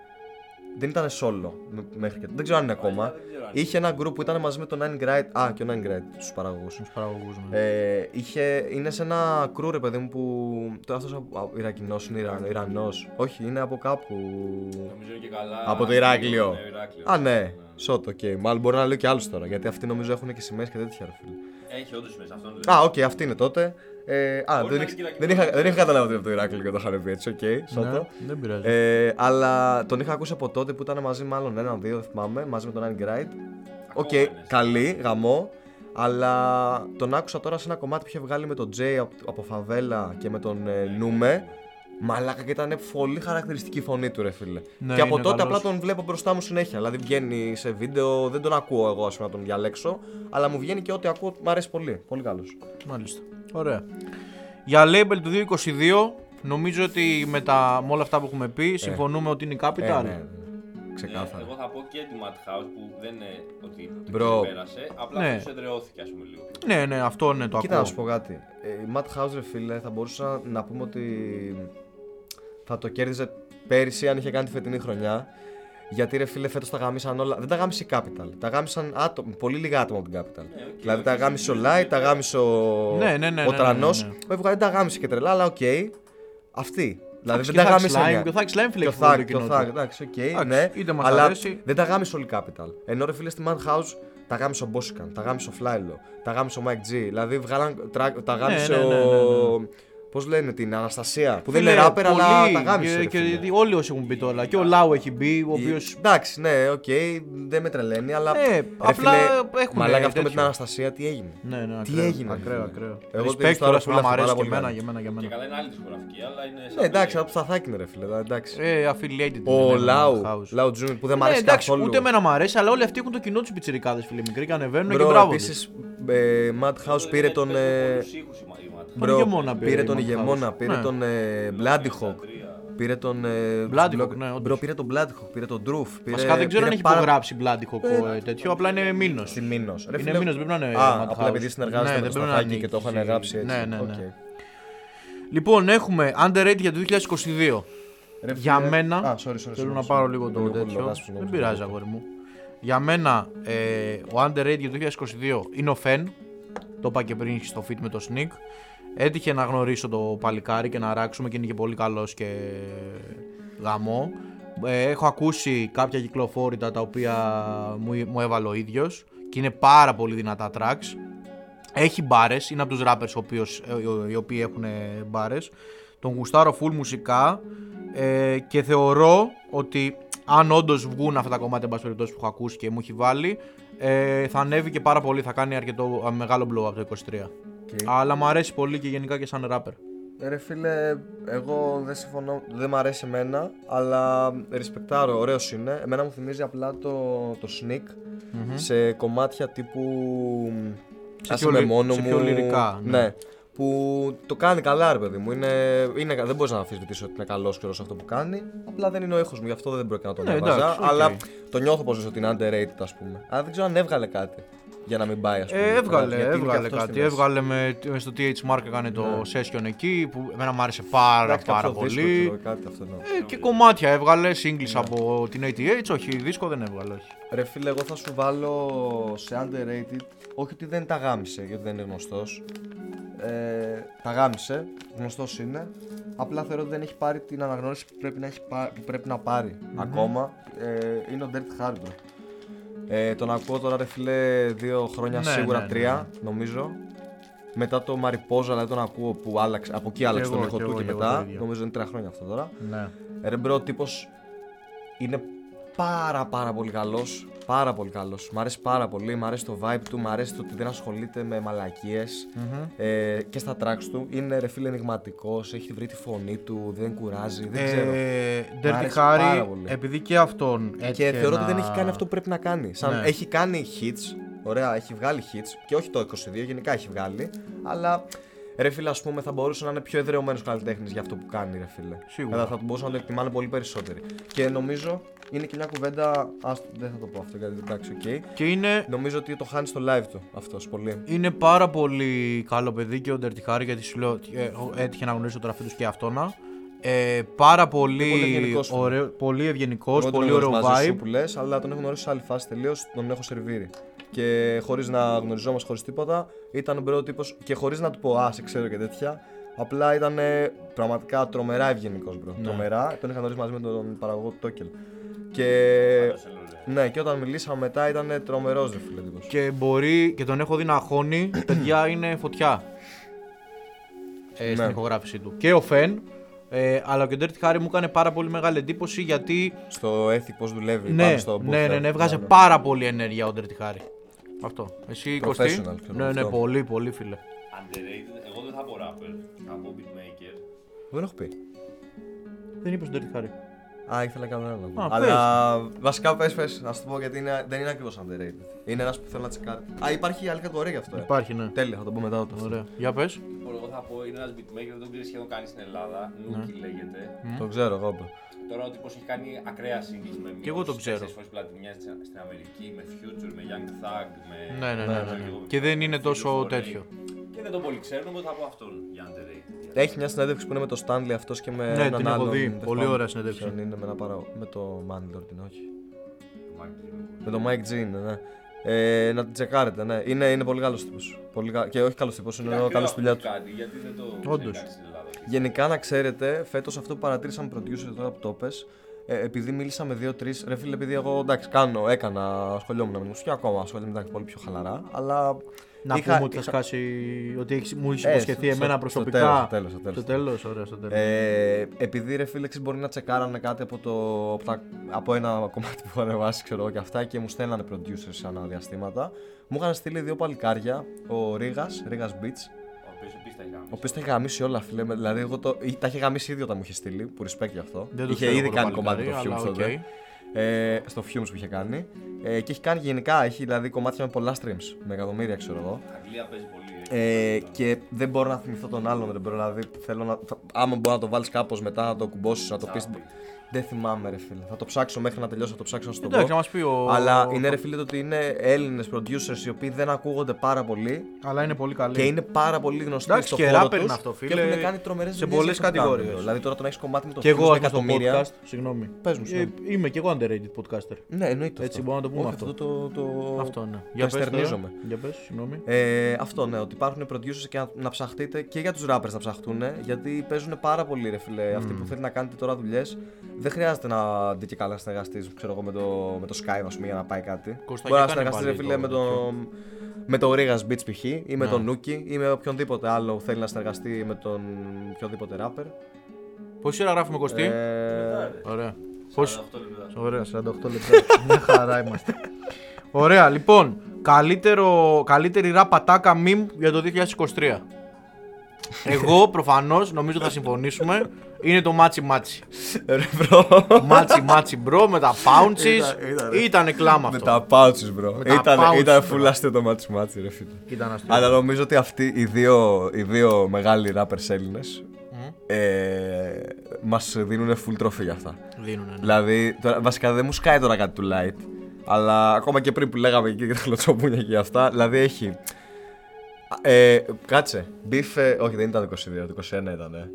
B: Δεν ήταν solo με- μέχρι και. Δεν ξέρω αν είναι ακόμα.
C: δεν ξέρω αν
B: Είχε ένα γκρουπ που ήταν μαζί με τον Nine Grind. Α, και ο Nine Grind, τους παραγωγούς.
A: Τους παραγωγούς μου.
B: Ε, είχε, είναι σε ένα κρού ρε παιδί μου που. Τώρα αυτός ο Ιρακινός είναι Ιρα, Ιρανός. Όχι, είναι από κάπου.
C: Νομίζω είναι και καλά.
B: Από το Ηράκλειο.
C: Ναι, Ηράκλειος.
B: Α, ναι. Σότ, οκ. Μάλλον μπορεί να λέω και άλλους τώρα. Γιατί αυτοί νομίζω έχουν και σημαίες και τέτοια, ρε φίλε.
C: Έχει όντως μέσα αυτόν. δηλαδή.
B: Α, οκ, αυτή είναι τότε. Ε, α,
C: Μπορεί
B: δεν,
C: να
B: ήξε-
C: είναι και
B: δεν, είχα, δεν είχα καταλάβει ότι από το Ηράκλειο και το είχαν πει έτσι, οκ. Σότο.
A: Ναι, δεν πειράζει.
B: Ε, αλλά τον είχα ακούσει από τότε που ήταν μαζί, μάλλον έναν-δύο, δεν θυμάμαι, μαζί με τον Άνι Γκράιτ. Οκ,
C: Ακόμα είναι.
B: καλή, γαμό. Αλλά τον άκουσα τώρα σε ένα κομμάτι που είχε βγάλει με τον Τζέι από, από Φαβέλα και με τον ε, Νούμε. Μαλάκα και ήταν πολύ χαρακτηριστική η φωνή του, ρε φίλε.
A: Ναι,
B: και από
A: είναι
B: τότε
A: καλός.
B: απλά τον βλέπω μπροστά μου συνέχεια. Δηλαδή βγαίνει σε βίντεο, δεν τον ακούω εγώ, ας πούμε, να τον διαλέξω. Αλλά μου βγαίνει και ό,τι ακούω, μου αρέσει πολύ. Πολύ καλός.
A: Μάλιστα. Ωραία. Για label του 2022, νομίζω ότι με, τα, με όλα αυτά που έχουμε
B: Ε.
A: πει, συμφωνούμε ότι είναι η Capital.
B: ναι, Ξεκάθαρα.
C: Εγώ θα πω και τη Mad House που δεν είναι ότι
B: Μπρο.
C: το πέρασε, απλά
A: Ναι.
C: ναι. τους εδρεώθηκε ας πούμε λίγο.
A: Ναι, ναι, αυτό είναι το
B: Κοίτα
A: ακούω.
B: να σου πω κάτι. Ε, Η Matt House, ρε φίλε, θα μπορούσα να, να πούμε ότι θα το κέρδιζε πέρυσι αν είχε κάνει τη φετινή χρονιά. Γιατί ρε φίλε, φέτος τα γάμισαν όλα. Δεν τα γάμισε η Capital. Τα γάμισαν άτομα, πολύ λίγα άτομα από την Capital. δηλαδή τα γάμισε ο Λάι, τα γάμισε ο,
A: Ναι, ναι, ναι, ναι,
B: ο
A: ναι,
B: Τρανός.
A: ναι, ναι.
B: Ο Εύγα δεν τα γάμισε και τρελά, αλλά οκ. Αυτή. Δηλαδή
A: Εντάξει,
B: δεν
A: και
B: τα
A: ο Thug
B: γάμισαν.
A: Slime,
B: μια.
A: και ο Thug Slime, φίλε,
B: Και ο
A: έχει πολύ
B: Thug, και ο
A: κοινότητα.
B: Thug, εντάξει, οκ.
A: Εντάξει,
B: ναι,
A: είτε μας
B: αλλά
A: αρέσει.
B: δεν τα γάμισε όλοι οι Capital. Ενώ ρε φίλε στη Madhouse τα γάμισε ο Μπόσικαν, τα γάμισε ο Φλάιλο, τα γάμισε ο Mike G. Δηλαδή βγάλαν track, τα γάμισε
A: ναι, ναι, ναι,
B: ο. Πώς λένε την Αναστασία. Που δεν
A: Φίλε,
B: είναι ράπερ, αλλά
A: πολλοί
B: τα γάμισε.
A: Και,
B: ρε
A: και,
B: φίλε. Ε,
A: δι- όλοι όσοι έχουν μπει τώρα. Και ο Λάου έχει μπει, ο
B: Η-
A: οποίος.
B: Εντάξει, ναι, οκ, δεν με τρελαίνει, αλλά.
A: Ναι, απλά έχουν
B: Μαλάκα αυτό με
A: τέτοιο.
B: την Αναστασία τι έγινε.
A: Ναι, ναι,
B: Τι
A: ακραίο,
B: έγινε, ρε
A: Ακραίο,
B: φίλε.
A: ακραίο.
B: Εγώ
A: Respect
B: τέλος
A: τώρα
B: τώρα
A: που
B: που
A: μου
B: λάθω,
A: αρέσει
B: πάρα
A: και
B: πολύ
A: εμένα,
B: καλό.
A: για μένα, για
C: Και
A: μένα.
C: καλά είναι άλλη δισκογραφική, αλλά είναι σαν
B: Ναι, εντάξει,
C: περίεργο.
B: από τα θάκινε, ρε φίλε. εντάξει.
A: Ε, affiliated. είναι,
B: Ο
A: ναι,
B: Λάου,
A: House.
B: Λάου Τζούνι που δεν μ'
A: Ναι,
B: αρέσει
A: εντάξει,
B: καθόλου.
A: ούτε εμένα μου αρέσει, αλλά όλοι αυτοί έχουν το κοινό τους πιτσιρικάδες, φίλε μικροί, και ανεβαίνουν Ναι, και
B: Μπρο,
A: μπράβο. τους.
B: επίσης, ε, Madhouse
C: Δεν
B: πήρε
C: έχει
B: τον.
C: παίζει
B: ε,
C: πολλούς ήχους η Mad- η Mad House.
A: Τον ηγεμόνα πήρε
B: πήρε
A: η
B: τον
A: Madhouse.
B: ηγεμόνα,
A: Ναι.
B: πήρε τον ε, Bloody Hawk. Πήρε τον. ε,
A: Bloody
B: Block-
A: Hawk, ναι, όντως.
B: Μπρο, πήρε τον Bloody Hawk, πήρε τον Droof. Πήρε,
A: Βασικά δεν ξέρω αν
B: πήρε
A: έχει
B: ε, πάρα-
A: υπογράψει Bloody Hawk ε, τέτοιο, απλά είναι μήνος.
B: Στην Μήνο.
A: Είναι Μήνος, πρέπει να είναι
B: Α,
A: Madhouse.
B: απλά επειδή συνεργάζεται
A: Ναι,
B: με
A: δεν
B: τον
A: πρέπει να
B: Σταθάκη και το
A: ανοίξει.
B: είχαν γράψει έτσι.
A: Ναι, ναι, ναι.
B: Οκ.
A: Λοιπόν, έχουμε underrated για το 2022.
B: Ρε
A: για
B: φίλε-
A: μένα.
B: Α, sorry, sorry,
A: θέλω
B: sorry,
A: να
B: sorry.
A: πάρω λίγο το
B: Λίγο πολύ
A: τέτοιο.
B: λογάσπρο,
A: Δεν
B: νόμιζα.
A: πειράζει, αγόρι μου. Για μένα, ε, ο underrated για το 2022 είναι ο Φεν. Το είπα και πριν στο fit με το Sneak. Έτυχε να γνωρίσω το παλικάρι και να ράξουμε και είναι και πολύ καλός και γαμό. Ε, έχω ακούσει κάποια κυκλοφόρητα τα οποία μου, μου έβαλε ο ίδιος και είναι πάρα πολύ δυνατά tracks. Έχει μπάρες, είναι από τους rappers ο οποίος- ε, οι οποίοι έχουν μπάρες. Τον γουστάρω full μουσικά ε, και θεωρώ ότι αν όντως βγουν αυτά τα κομμάτια εν πάση περιπτώσει, που έχω ακούσει και μου έχει βάλει, ε, θα ανέβει και πάρα πολύ. Θα κάνει αρκετό ε, μεγάλο blow από το 23.
B: Οκ.
A: Αλλά μου αρέσει πολύ και γενικά και σαν rapper.
B: Ρε φίλε, εγώ δεν συμφωνώ, δεν μ' αρέσει εμένα, αλλά ρισπεκτάρω, ωραίος είναι. Εμένα μου θυμίζει απλά το, το sneak σε κομμάτια τύπου.
A: Σε
B: Ας
A: πιο
B: είμαι
A: λυ- σε πιο λυρικά, ναι.
B: Ναι. Που το κάνει καλά, ρε παιδί μου. Είναι, είναι, δεν μπορείς να αφισβητήσει ότι είναι καλός και ωραίο σε αυτό που κάνει. Απλά δεν είναι ο ήχος μου, γι' αυτό δεν πρόκειται να τον
A: Ναι,
B: έβαζα.
A: εντάξει, οκ.
B: Αλλά το νιώθω πως ότι είναι underrated, ας πούμε. Αλλά δεν ξέρω αν έβγαλε κάτι για να μην πάει, ας πούμε.
A: Ε, έβγαλε,
B: Γιατί είναι και
A: έβγαλε
B: αυτός στη
A: κάτι.
B: μέση.
A: Έβγαλε με, με στο TH Mark έκανε το session εκεί που εμένα μου άρεσε πάρα
B: Εντάξει,
A: πάρα
B: κάποιο δίσκο,
A: πολύ.
B: ξέρω, κάτι αυτό ναι. εννοώ.
A: Ε, και κομμάτια έβγαλε, singles από την ATH, όχι, δίσκο δεν έβγαλε. Όχι.
B: Ρε φίλε, εγώ θα σου βάλω σε underrated. Όχι ότι δεν τα γάμισε, γιατί δεν είναι γνωστός. Ε, τα γάμισε, γνωστός είναι. Απλά θεωρώ ότι δεν έχει πάρει την αναγνώριση που πρέπει να, έχει, πά- που πρέπει να πάρει ακόμα. Ε, είναι ο Dirty Hard. Ε, τον ακούω τώρα, ρε φίλε, δύο χρόνια
A: Ναι,
B: σίγουρα,
A: ναι, ναι.
B: τρία νομίζω. Μετά το Mariposa, δηλαδή τον ακούω που άλλαξε, από εκεί άλλαξε
A: εγώ,
B: τον ήχο
A: κι
B: του
A: εγώ,
B: και
A: κι εγώ
B: μετά.
A: το ίδιο.
B: νομίζω είναι τρία χρόνια αυτό τώρα.
A: Ναι.
B: Ρε Ε, μπρο, τύπος είναι πάρα πάρα πολύ καλός, πάρα πολύ καλός. Μ' αρέσει πάρα πολύ, μ' αρέσει το vibe του, μ' αρέσει το ότι δεν ασχολείται με μαλακιες ε, και στα tracks του. Είναι ρε φίλε ενηγματικός, έχει βρει τη φωνή του, δεν κουράζει, δεν ξέρω.
A: Ε,
B: Μ'
A: Dirty
B: άρεσε πάρα
A: Harry,
B: πολύ.
A: επειδή και αυτόν
B: Και
A: έτυχε
B: θεωρώ
A: να-
B: ότι δεν έχει κάνει αυτό που πρέπει να κάνει. Σαν
A: Ναι.
B: έχει κάνει hits, ωραία, έχει βγάλει hits και όχι το 22, γενικά έχει βγάλει. Αλλά ρε φίλε, ας πούμε, θα μπορούσε να είναι πιο εδρεωμένος καλλιτέχνης για αυτό που κάνει, ρε φίλε.
A: Σίγουρα.
B: Δηλαδή, θα τον μπορούσαν να το εκτιμάνε πολύ περισσότεροι. Και νομίζω είναι και μια κουβέντα. Ας, δεν θα το πω αυτό γιατί εντάξει, οκ.
A: Και είναι,
B: Νομίζω ότι το χάνει στο live του αυτός πολύ.
A: είναι πάρα πολύ καλό παιδί και ο Dirty Harry γιατί σου λέω ε, ο- έτυχε να γνωρίσω τον τραφή τους και αυτόνα. Ε, πάρα πολύ,
B: πολύ ευγενικός, φίλε.
A: ωραίο, πολύ ευγενικός,
B: Εγώ τον
A: πολύ
B: γνωρίζω
A: ωραίο
B: μαζί σου
A: vibe.
B: που λες, αλλά τον έχω γνωρίσει σε άλλη φάση τελείως, τον έχω σερβίρει. Και χωρίς να γνωριζόμαστε χωρίς τίποτα, ήταν ο πρώτο τύπος και χωρίς να του πω Α, σε ξέρω και τέτοια. Απλά ήταν ε, πραγματικά τρομερά ευγενικός, μπρο.
A: Ναι.
B: Τρομερά. Τον είχα γνωρίσει μαζί με τον παραγωγό του Τόκελ. Και. Ναι, και όταν μιλήσαμε μετά ήταν τρομερός, ρε φίλε. τύπος.
A: Και μπορεί, και τον έχω δει να χώνει, παιδιά είναι φωτιά. Ε, Στην
B: Ναι.
A: ηχογράφησή του. Και ο Φεν, ε, αλλά και ο Dirty Harry μου έκανε πάρα πολύ μεγάλη εντύπωση γιατί
B: Στο έθι πώς δουλεύει,
A: Ναι,
B: πάνω στο
A: ναι,
B: booth,
A: ναι, ναι,
B: ε,
A: έβγαζε
B: ναι.
A: πάρα πολύ ενέργεια ο Dirty Harry. Αυτό. Εσύ,
B: Professional,
A: Κωστή.
B: ξέρω,
A: Ναι, ναι,
B: αυτό.
A: πολύ, πολύ, φίλε.
C: Underrated, εγώ δεν θα πω rapper, θα πω beatmaker.
B: Δεν έχω πει.
A: Δεν είπες Dirty Harry.
B: Α, ήθελα να κάνω ένα. λόγο.
A: Α,
B: Αλλά βασικά πες, πες, να σου το πω γιατί είναι, δεν είναι ακριβώς underrated. Είναι ένας που θέλω να τσεκάρει. Α, υπάρχει άλλη κατηγορία γι' αυτό. Ε.
A: Υπάρχει, ναι.
B: Τέλεια, θα το πω μετά όταν. αυτό.
A: Ωραία. Για πες.
C: Λοιπόν, εγώ θα πω είναι ένας beatmaker, δεν τον ξέρει σχεδόν κανεί στην Ελλάδα.
A: Ναι.
C: Νούκι λέγεται.
B: Το ξέρω εγώ. μπρο.
C: Τώρα ο τύπος έχει κάνει ακραία σύγκληση με
A: Κι εγώ το ξέρω.
C: φορές πλατινιά στην στην Αμερική, με Future, με Young Thug, με.
A: Ναι, ναι, ναι, ναι, ναι.
C: Εγώ,
A: Και δεν είναι τόσο
C: Future,
A: τέτοιο. Ε.
C: Και δεν τον πολύ ξέρουν, οπότε θα πω αυτόν για underrated.
B: Έχει μια συνέντευξη που είναι με τον Stanley αυτός και με
A: Ναι,
B: έναν
A: την έχω
B: άλλον.
A: δει.
B: δεν
A: Πολύ
B: θυμάμαι
A: ωραία συνέντευξη.
B: ποιον είναι με, ένα παρα... με το Mandler την όχι.
C: Μάγκη.
B: Με τον Mike Jean, ναι. Ε, να την τσεκάρετε, ναι. Είναι, είναι πολύ καλός τύπος. Πολύ... κα- Και όχι καλός τύπος, είναι
C: Ακριβώς
B: καλό στη δουλειά του.
C: Κάτι, γιατί δεν το
A: Όντως.
C: ξέρει στην Ελλάδα.
B: Γενικά να ξέρετε, φέτος αυτό που παρατήρησαμε producer τώρα που το πες, ε, επειδή μίλησα με δύο-τρει, ρε φίλε, επειδή εγώ εντάξει, κάνω, έκανα, ασχολιόμουν με μουσική ακόμα, ασχολούμαι εντάξει, πολύ πιο χαλαρά, αλλά.
A: Να
B: είχα-
A: πούμε ότι θα
B: είχα-
A: σκάσει. Ότι έχεις, μου έχεις
B: Ε,
A: υποσχεθεί
B: στο-
A: εμένα
B: στο
A: προσωπικά.
B: τέλος, στο τέλος, στο τέλος.
A: Στο τέλος, ωραία, στο τέλος.
B: Ε, επειδή ρε φίλε, ξέρεις, μπορεί να τσεκάρανε κάτι από, το, από, τα- από ένα κομμάτι που έχω ανεβάσει, ξέρω εγώ και αυτά, και μου στέλνανε producers ανά διαστήματα. Μου είχαν στείλει δύο παλικάρια, ο Ρίγας, Ρίγας Beach,
C: Ο οποίο επίση τα έχει κάνει.
B: Ο οποίος τα είχε γαμίσει όλα, φίλε. με- Δηλαδή, εγώ το, τα είχε γαμίσει ήδη όταν μου είχε στείλει, που respect γι' αυτό.
A: Δεν το
B: είχε
A: ξέρω
B: ήδη
A: εγώ το
B: κάνει κομμάτι το
A: παλικάρι,
B: Fumes
A: αλλά
B: τότε.
A: οκ.
B: Ε, στο Fumes που είχε κάνει. Ε, και έχει κάνει γενικά, έχει δηλαδή κομμάτια με πολλά streams, με εκατομμύρια ξέρω εγώ.
C: Αγγλία παίζει πολύ. έχει
B: Ε,
C: πολύ.
B: και δεν μπορώ να θυμηθώ τον άλλον, ρε μπρο. Δηλαδή, θέλω να, θα- άμα μπορώ να το βάλεις κάπως μετά, να το κουμπώσεις, να το πεις.
C: Τσάπη.
B: Δεν θυμάμαι, ρε φίλε. Θα το ψάξω μέχρι να τελειώσω, θα το ψάξω να σου το
A: Εντάξει,
B: πω.
A: να μας πει ο-
B: Αλλά είναι ρε φίλε το ότι είναι Έλληνες producers οι οποίοι δεν ακούγονται πάρα πολύ
A: Αλλά είναι πολύ καλή.
B: και είναι πάρα πολύ γνωστή
A: Ναι. Εντάξει,
B: στο
A: και
B: χώρο
A: rapper
B: τους
A: είναι αυτό, φίλε.
B: Και έχουν κάνει τρομερές
A: Σε
B: δουλειές
A: πολλές
B: για αυτό που κάνουν.
A: κατηγορίες.
B: Δηλαδή τώρα τον έχεις κομμάτι με το
A: Και εγώ
B: με
A: ακούω στο
B: εκατομμύρια.
A: podcast. Συγγνώμη.
B: Πες μου, συγγνώμη.
A: Ε, Είμαι και εγώ underrated podcaster.
B: Ναι, εννοείται.
A: Έτσι
B: αυτό.
A: μπορούμε να το πούμε
B: Όχι,
A: αυτό.
B: το, το...
A: Αυτό ναι.
B: Για
A: Για πες τώρα.
B: εστερνίζομαι.
A: Για πες, συγγνώμη.
B: Ε, αυτό ναι, ότι υπάρχουν producers και να, να ψαχτείτε και για τους rappers να ψαχτούν, γιατί παίζουν πάρα πολύ ρε φίλε. Αυτοί
A: Mm.
B: που θέλει να κάνετε τώρα δουλειές, δεν χρειάζεται να δει και καλά συνεργαστείς, ξέρω εγώ, με το, με το Skype, ας πούμε, για να πάει κάτι.
A: Κώστα,
B: Μπορεί να
A: και κάνε
B: συνεργαστείς ρε
A: πάλι
B: φίλε
A: το Ναι.
B: με τον... Με τον Ρίγα Beach π.χ. ή με τον Νούκι ή με οποιονδήποτε άλλο που θέλει να συνεργαστεί με τον οποιοδήποτε rapper.
A: Πόση ώρα γράφουμε Κωστή.
B: Ε,
C: Ωραία.
A: Ωραία. Πόση...
C: 48 λεπτά.
A: Ωραία, 48 λεπτά. Μια χαρά είμαστε. Ωραία, λοιπόν. Καλύτερο, καλύτερη ραπατάκα meme για το 2023. Εγώ προφανώς νομίζω θα συμφωνήσουμε. Είναι το μάτσι μάτσι.
B: ρε bro.
A: Μάτσι μάτσι μπρο με τα pounces. Ήτανε κλάμα
B: Με
A: αυτό.
B: τα πάουτσες μπρο.
A: τα
B: Ήταν,
A: pouches,
B: ήταν
A: bro.
B: full αστείο το μάτσι μάτσι ρε φίλε.
A: Ήταν αστείο.
B: Αλλά νομίζω ότι αυτοί οι δύο, οι δύο μεγάλοι rappers Έλληνες ε, μας δίνουν full τροφή για αυτά.
A: Δίνουνε, ναι.
B: Δηλαδή, τώρα, βασικά δεν μου σκάει τώρα κάτι του light. Αλλά ακόμα και πριν που λέγαμε εκεί για τα κλωτσομπούνια και για αυτά, δηλαδή έχει. Ε, κάτσε. Μπίφε. Όχι, δεν ήταν το 22, το 21 ήταν.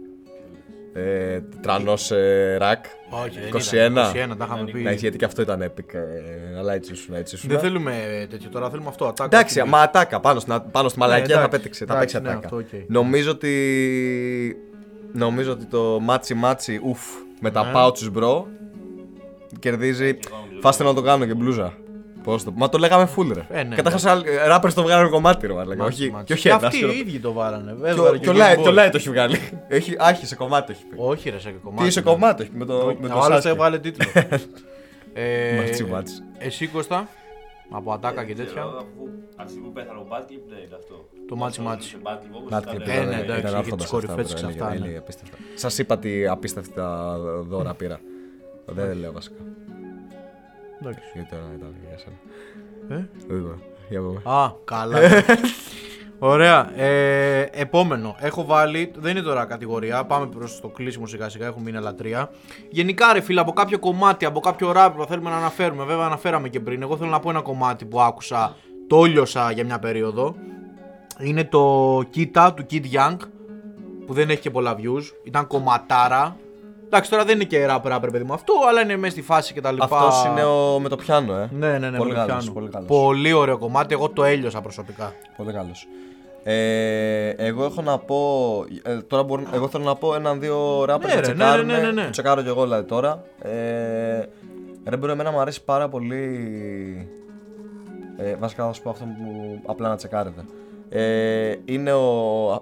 B: Ε, ε, τρανό ρακ.
A: Όχι, δεν
B: 21.
A: ήταν. 21, τα είχαμε
B: Ναι,
A: πει.
B: γιατί και αυτό ήταν epic. ε, αλλά έτσι ήσουν, έτσι ήσουν.
A: Δεν θέλουμε ε, τέτοιο τώρα, θέλουμε αυτό. attack.
B: Εντάξει, μα ατάκα πάνω, στην, πάνω στη μαλακία
A: Ναι,
B: θα
A: εντάξει,
B: πέταξε. Θα
A: εντάξει,
B: παίξει
A: ναι, αυτό,
B: ατάκα.
A: οκ.
B: Νομίζω ότι. Νομίζω ότι το μάτσι μάτσι ουφ με τα ναι. μπρο κερδίζει. Φάστε να το κάνω και μπλούζα. Πώς το. Μα το λέγαμε full ρε.
A: Ε, ναι,
B: Καταρχάς, ράπερ το βγάλανε κομμάτι ρε. μαλάκα.
A: Μάτς,
B: Όχι,
A: μάτς.
B: και όχι ένα.
A: Αυτοί
B: συγγνώμη.
A: οι ίδιοι το βάλανε.
B: Και
A: βέβαια.
B: ο- Και ο Λάι- το Λάι το έχει βγάλει. Έχει άχι σε κομμάτι το έχει πει.
A: Όχι, ρε, σε κομμάτι.
B: Τι είσαι
A: ναι.
B: κομμάτι έχει με το. με το
A: Ο άλλος
B: Sasuke.
A: έβγαλε τίτλο. Ε,
B: Μάτσι, μάτσι.
A: Εσύ Κώστα, από ατάκα και τέτοια.
C: Αξί που πέθανε ο Μπάτκλιπ, ναι, είναι αυτό.
A: Το μάτσι, μάτσι.
C: Μπάτκλιπ όμως
B: Να την
C: ήταν-
A: ναι,
B: πήραμε.
A: εντάξει,
B: Ήταν
A: είχε
B: άφθοντα
A: τις
B: αυτά,
A: κορυφές
B: τώρα,
A: της
B: έλεγε,
A: αυτά,
B: είναι
A: ναι.
B: απίστευτα. Σας είπα τι απίστευτα δώρα πήρα. Δεν λέω βασικά.
A: Ναι. Εντάξει.
B: Γιατί τώρα ήταν για σένα.
A: Ε?
B: Δεν είπα. Για πάμε.
A: Α, καλά. Ωραία. Ε, επόμενο. Έχω βάλει. Δεν είναι τώρα κατηγορία. Πάμε προς το κλείσιμο σιγά σιγά. Έχουμε μείνει άλλα τρία. Γενικά, ρε φίλε, από κάποιο κομμάτι, από κάποιο ράπ που θέλουμε να αναφέρουμε. Βέβαια, αναφέραμε και πριν. Εγώ θέλω να πω ένα κομμάτι που άκουσα. Το όλιωσα για μια περίοδο. Είναι το Kita του Kid Young. Που δεν έχει και πολλά views. Ήταν κομματάρα. Εντάξει, τώρα δεν είναι και rap rapper, παιδί μου αυτό, αλλά είναι μέσα στη φάση κτλ.
B: Αυτός είναι ο με το πιάνο, ε.
A: Λοιπόν, Ναι, ναι, ναι.
B: Πολύ
A: με
B: καλός,
A: πιάνω.
B: πολύ καλός.
A: πολύ ωραίο κομμάτι. Εγώ το έλειωσα προσωπικά.
B: Πολύ καλός. Ε, εγώ έχω να πω. ε, τώρα μπορώ, εγώ θέλω να πω έναν-δύο ράπερ
A: Ναι,
B: να
A: ρε, ναι,
B: τσεκάρουν.
A: ναι, ναι, ναι, ναι.
B: Τσεκάρω κι εγώ δηλαδή τώρα. Ε, ρε, μπρο, εμένα μου αρέσει πάρα πολύ. Ε, βασικά θα σου πω αυτό που απλά να τσεκάρετε. Ε, είναι ο α,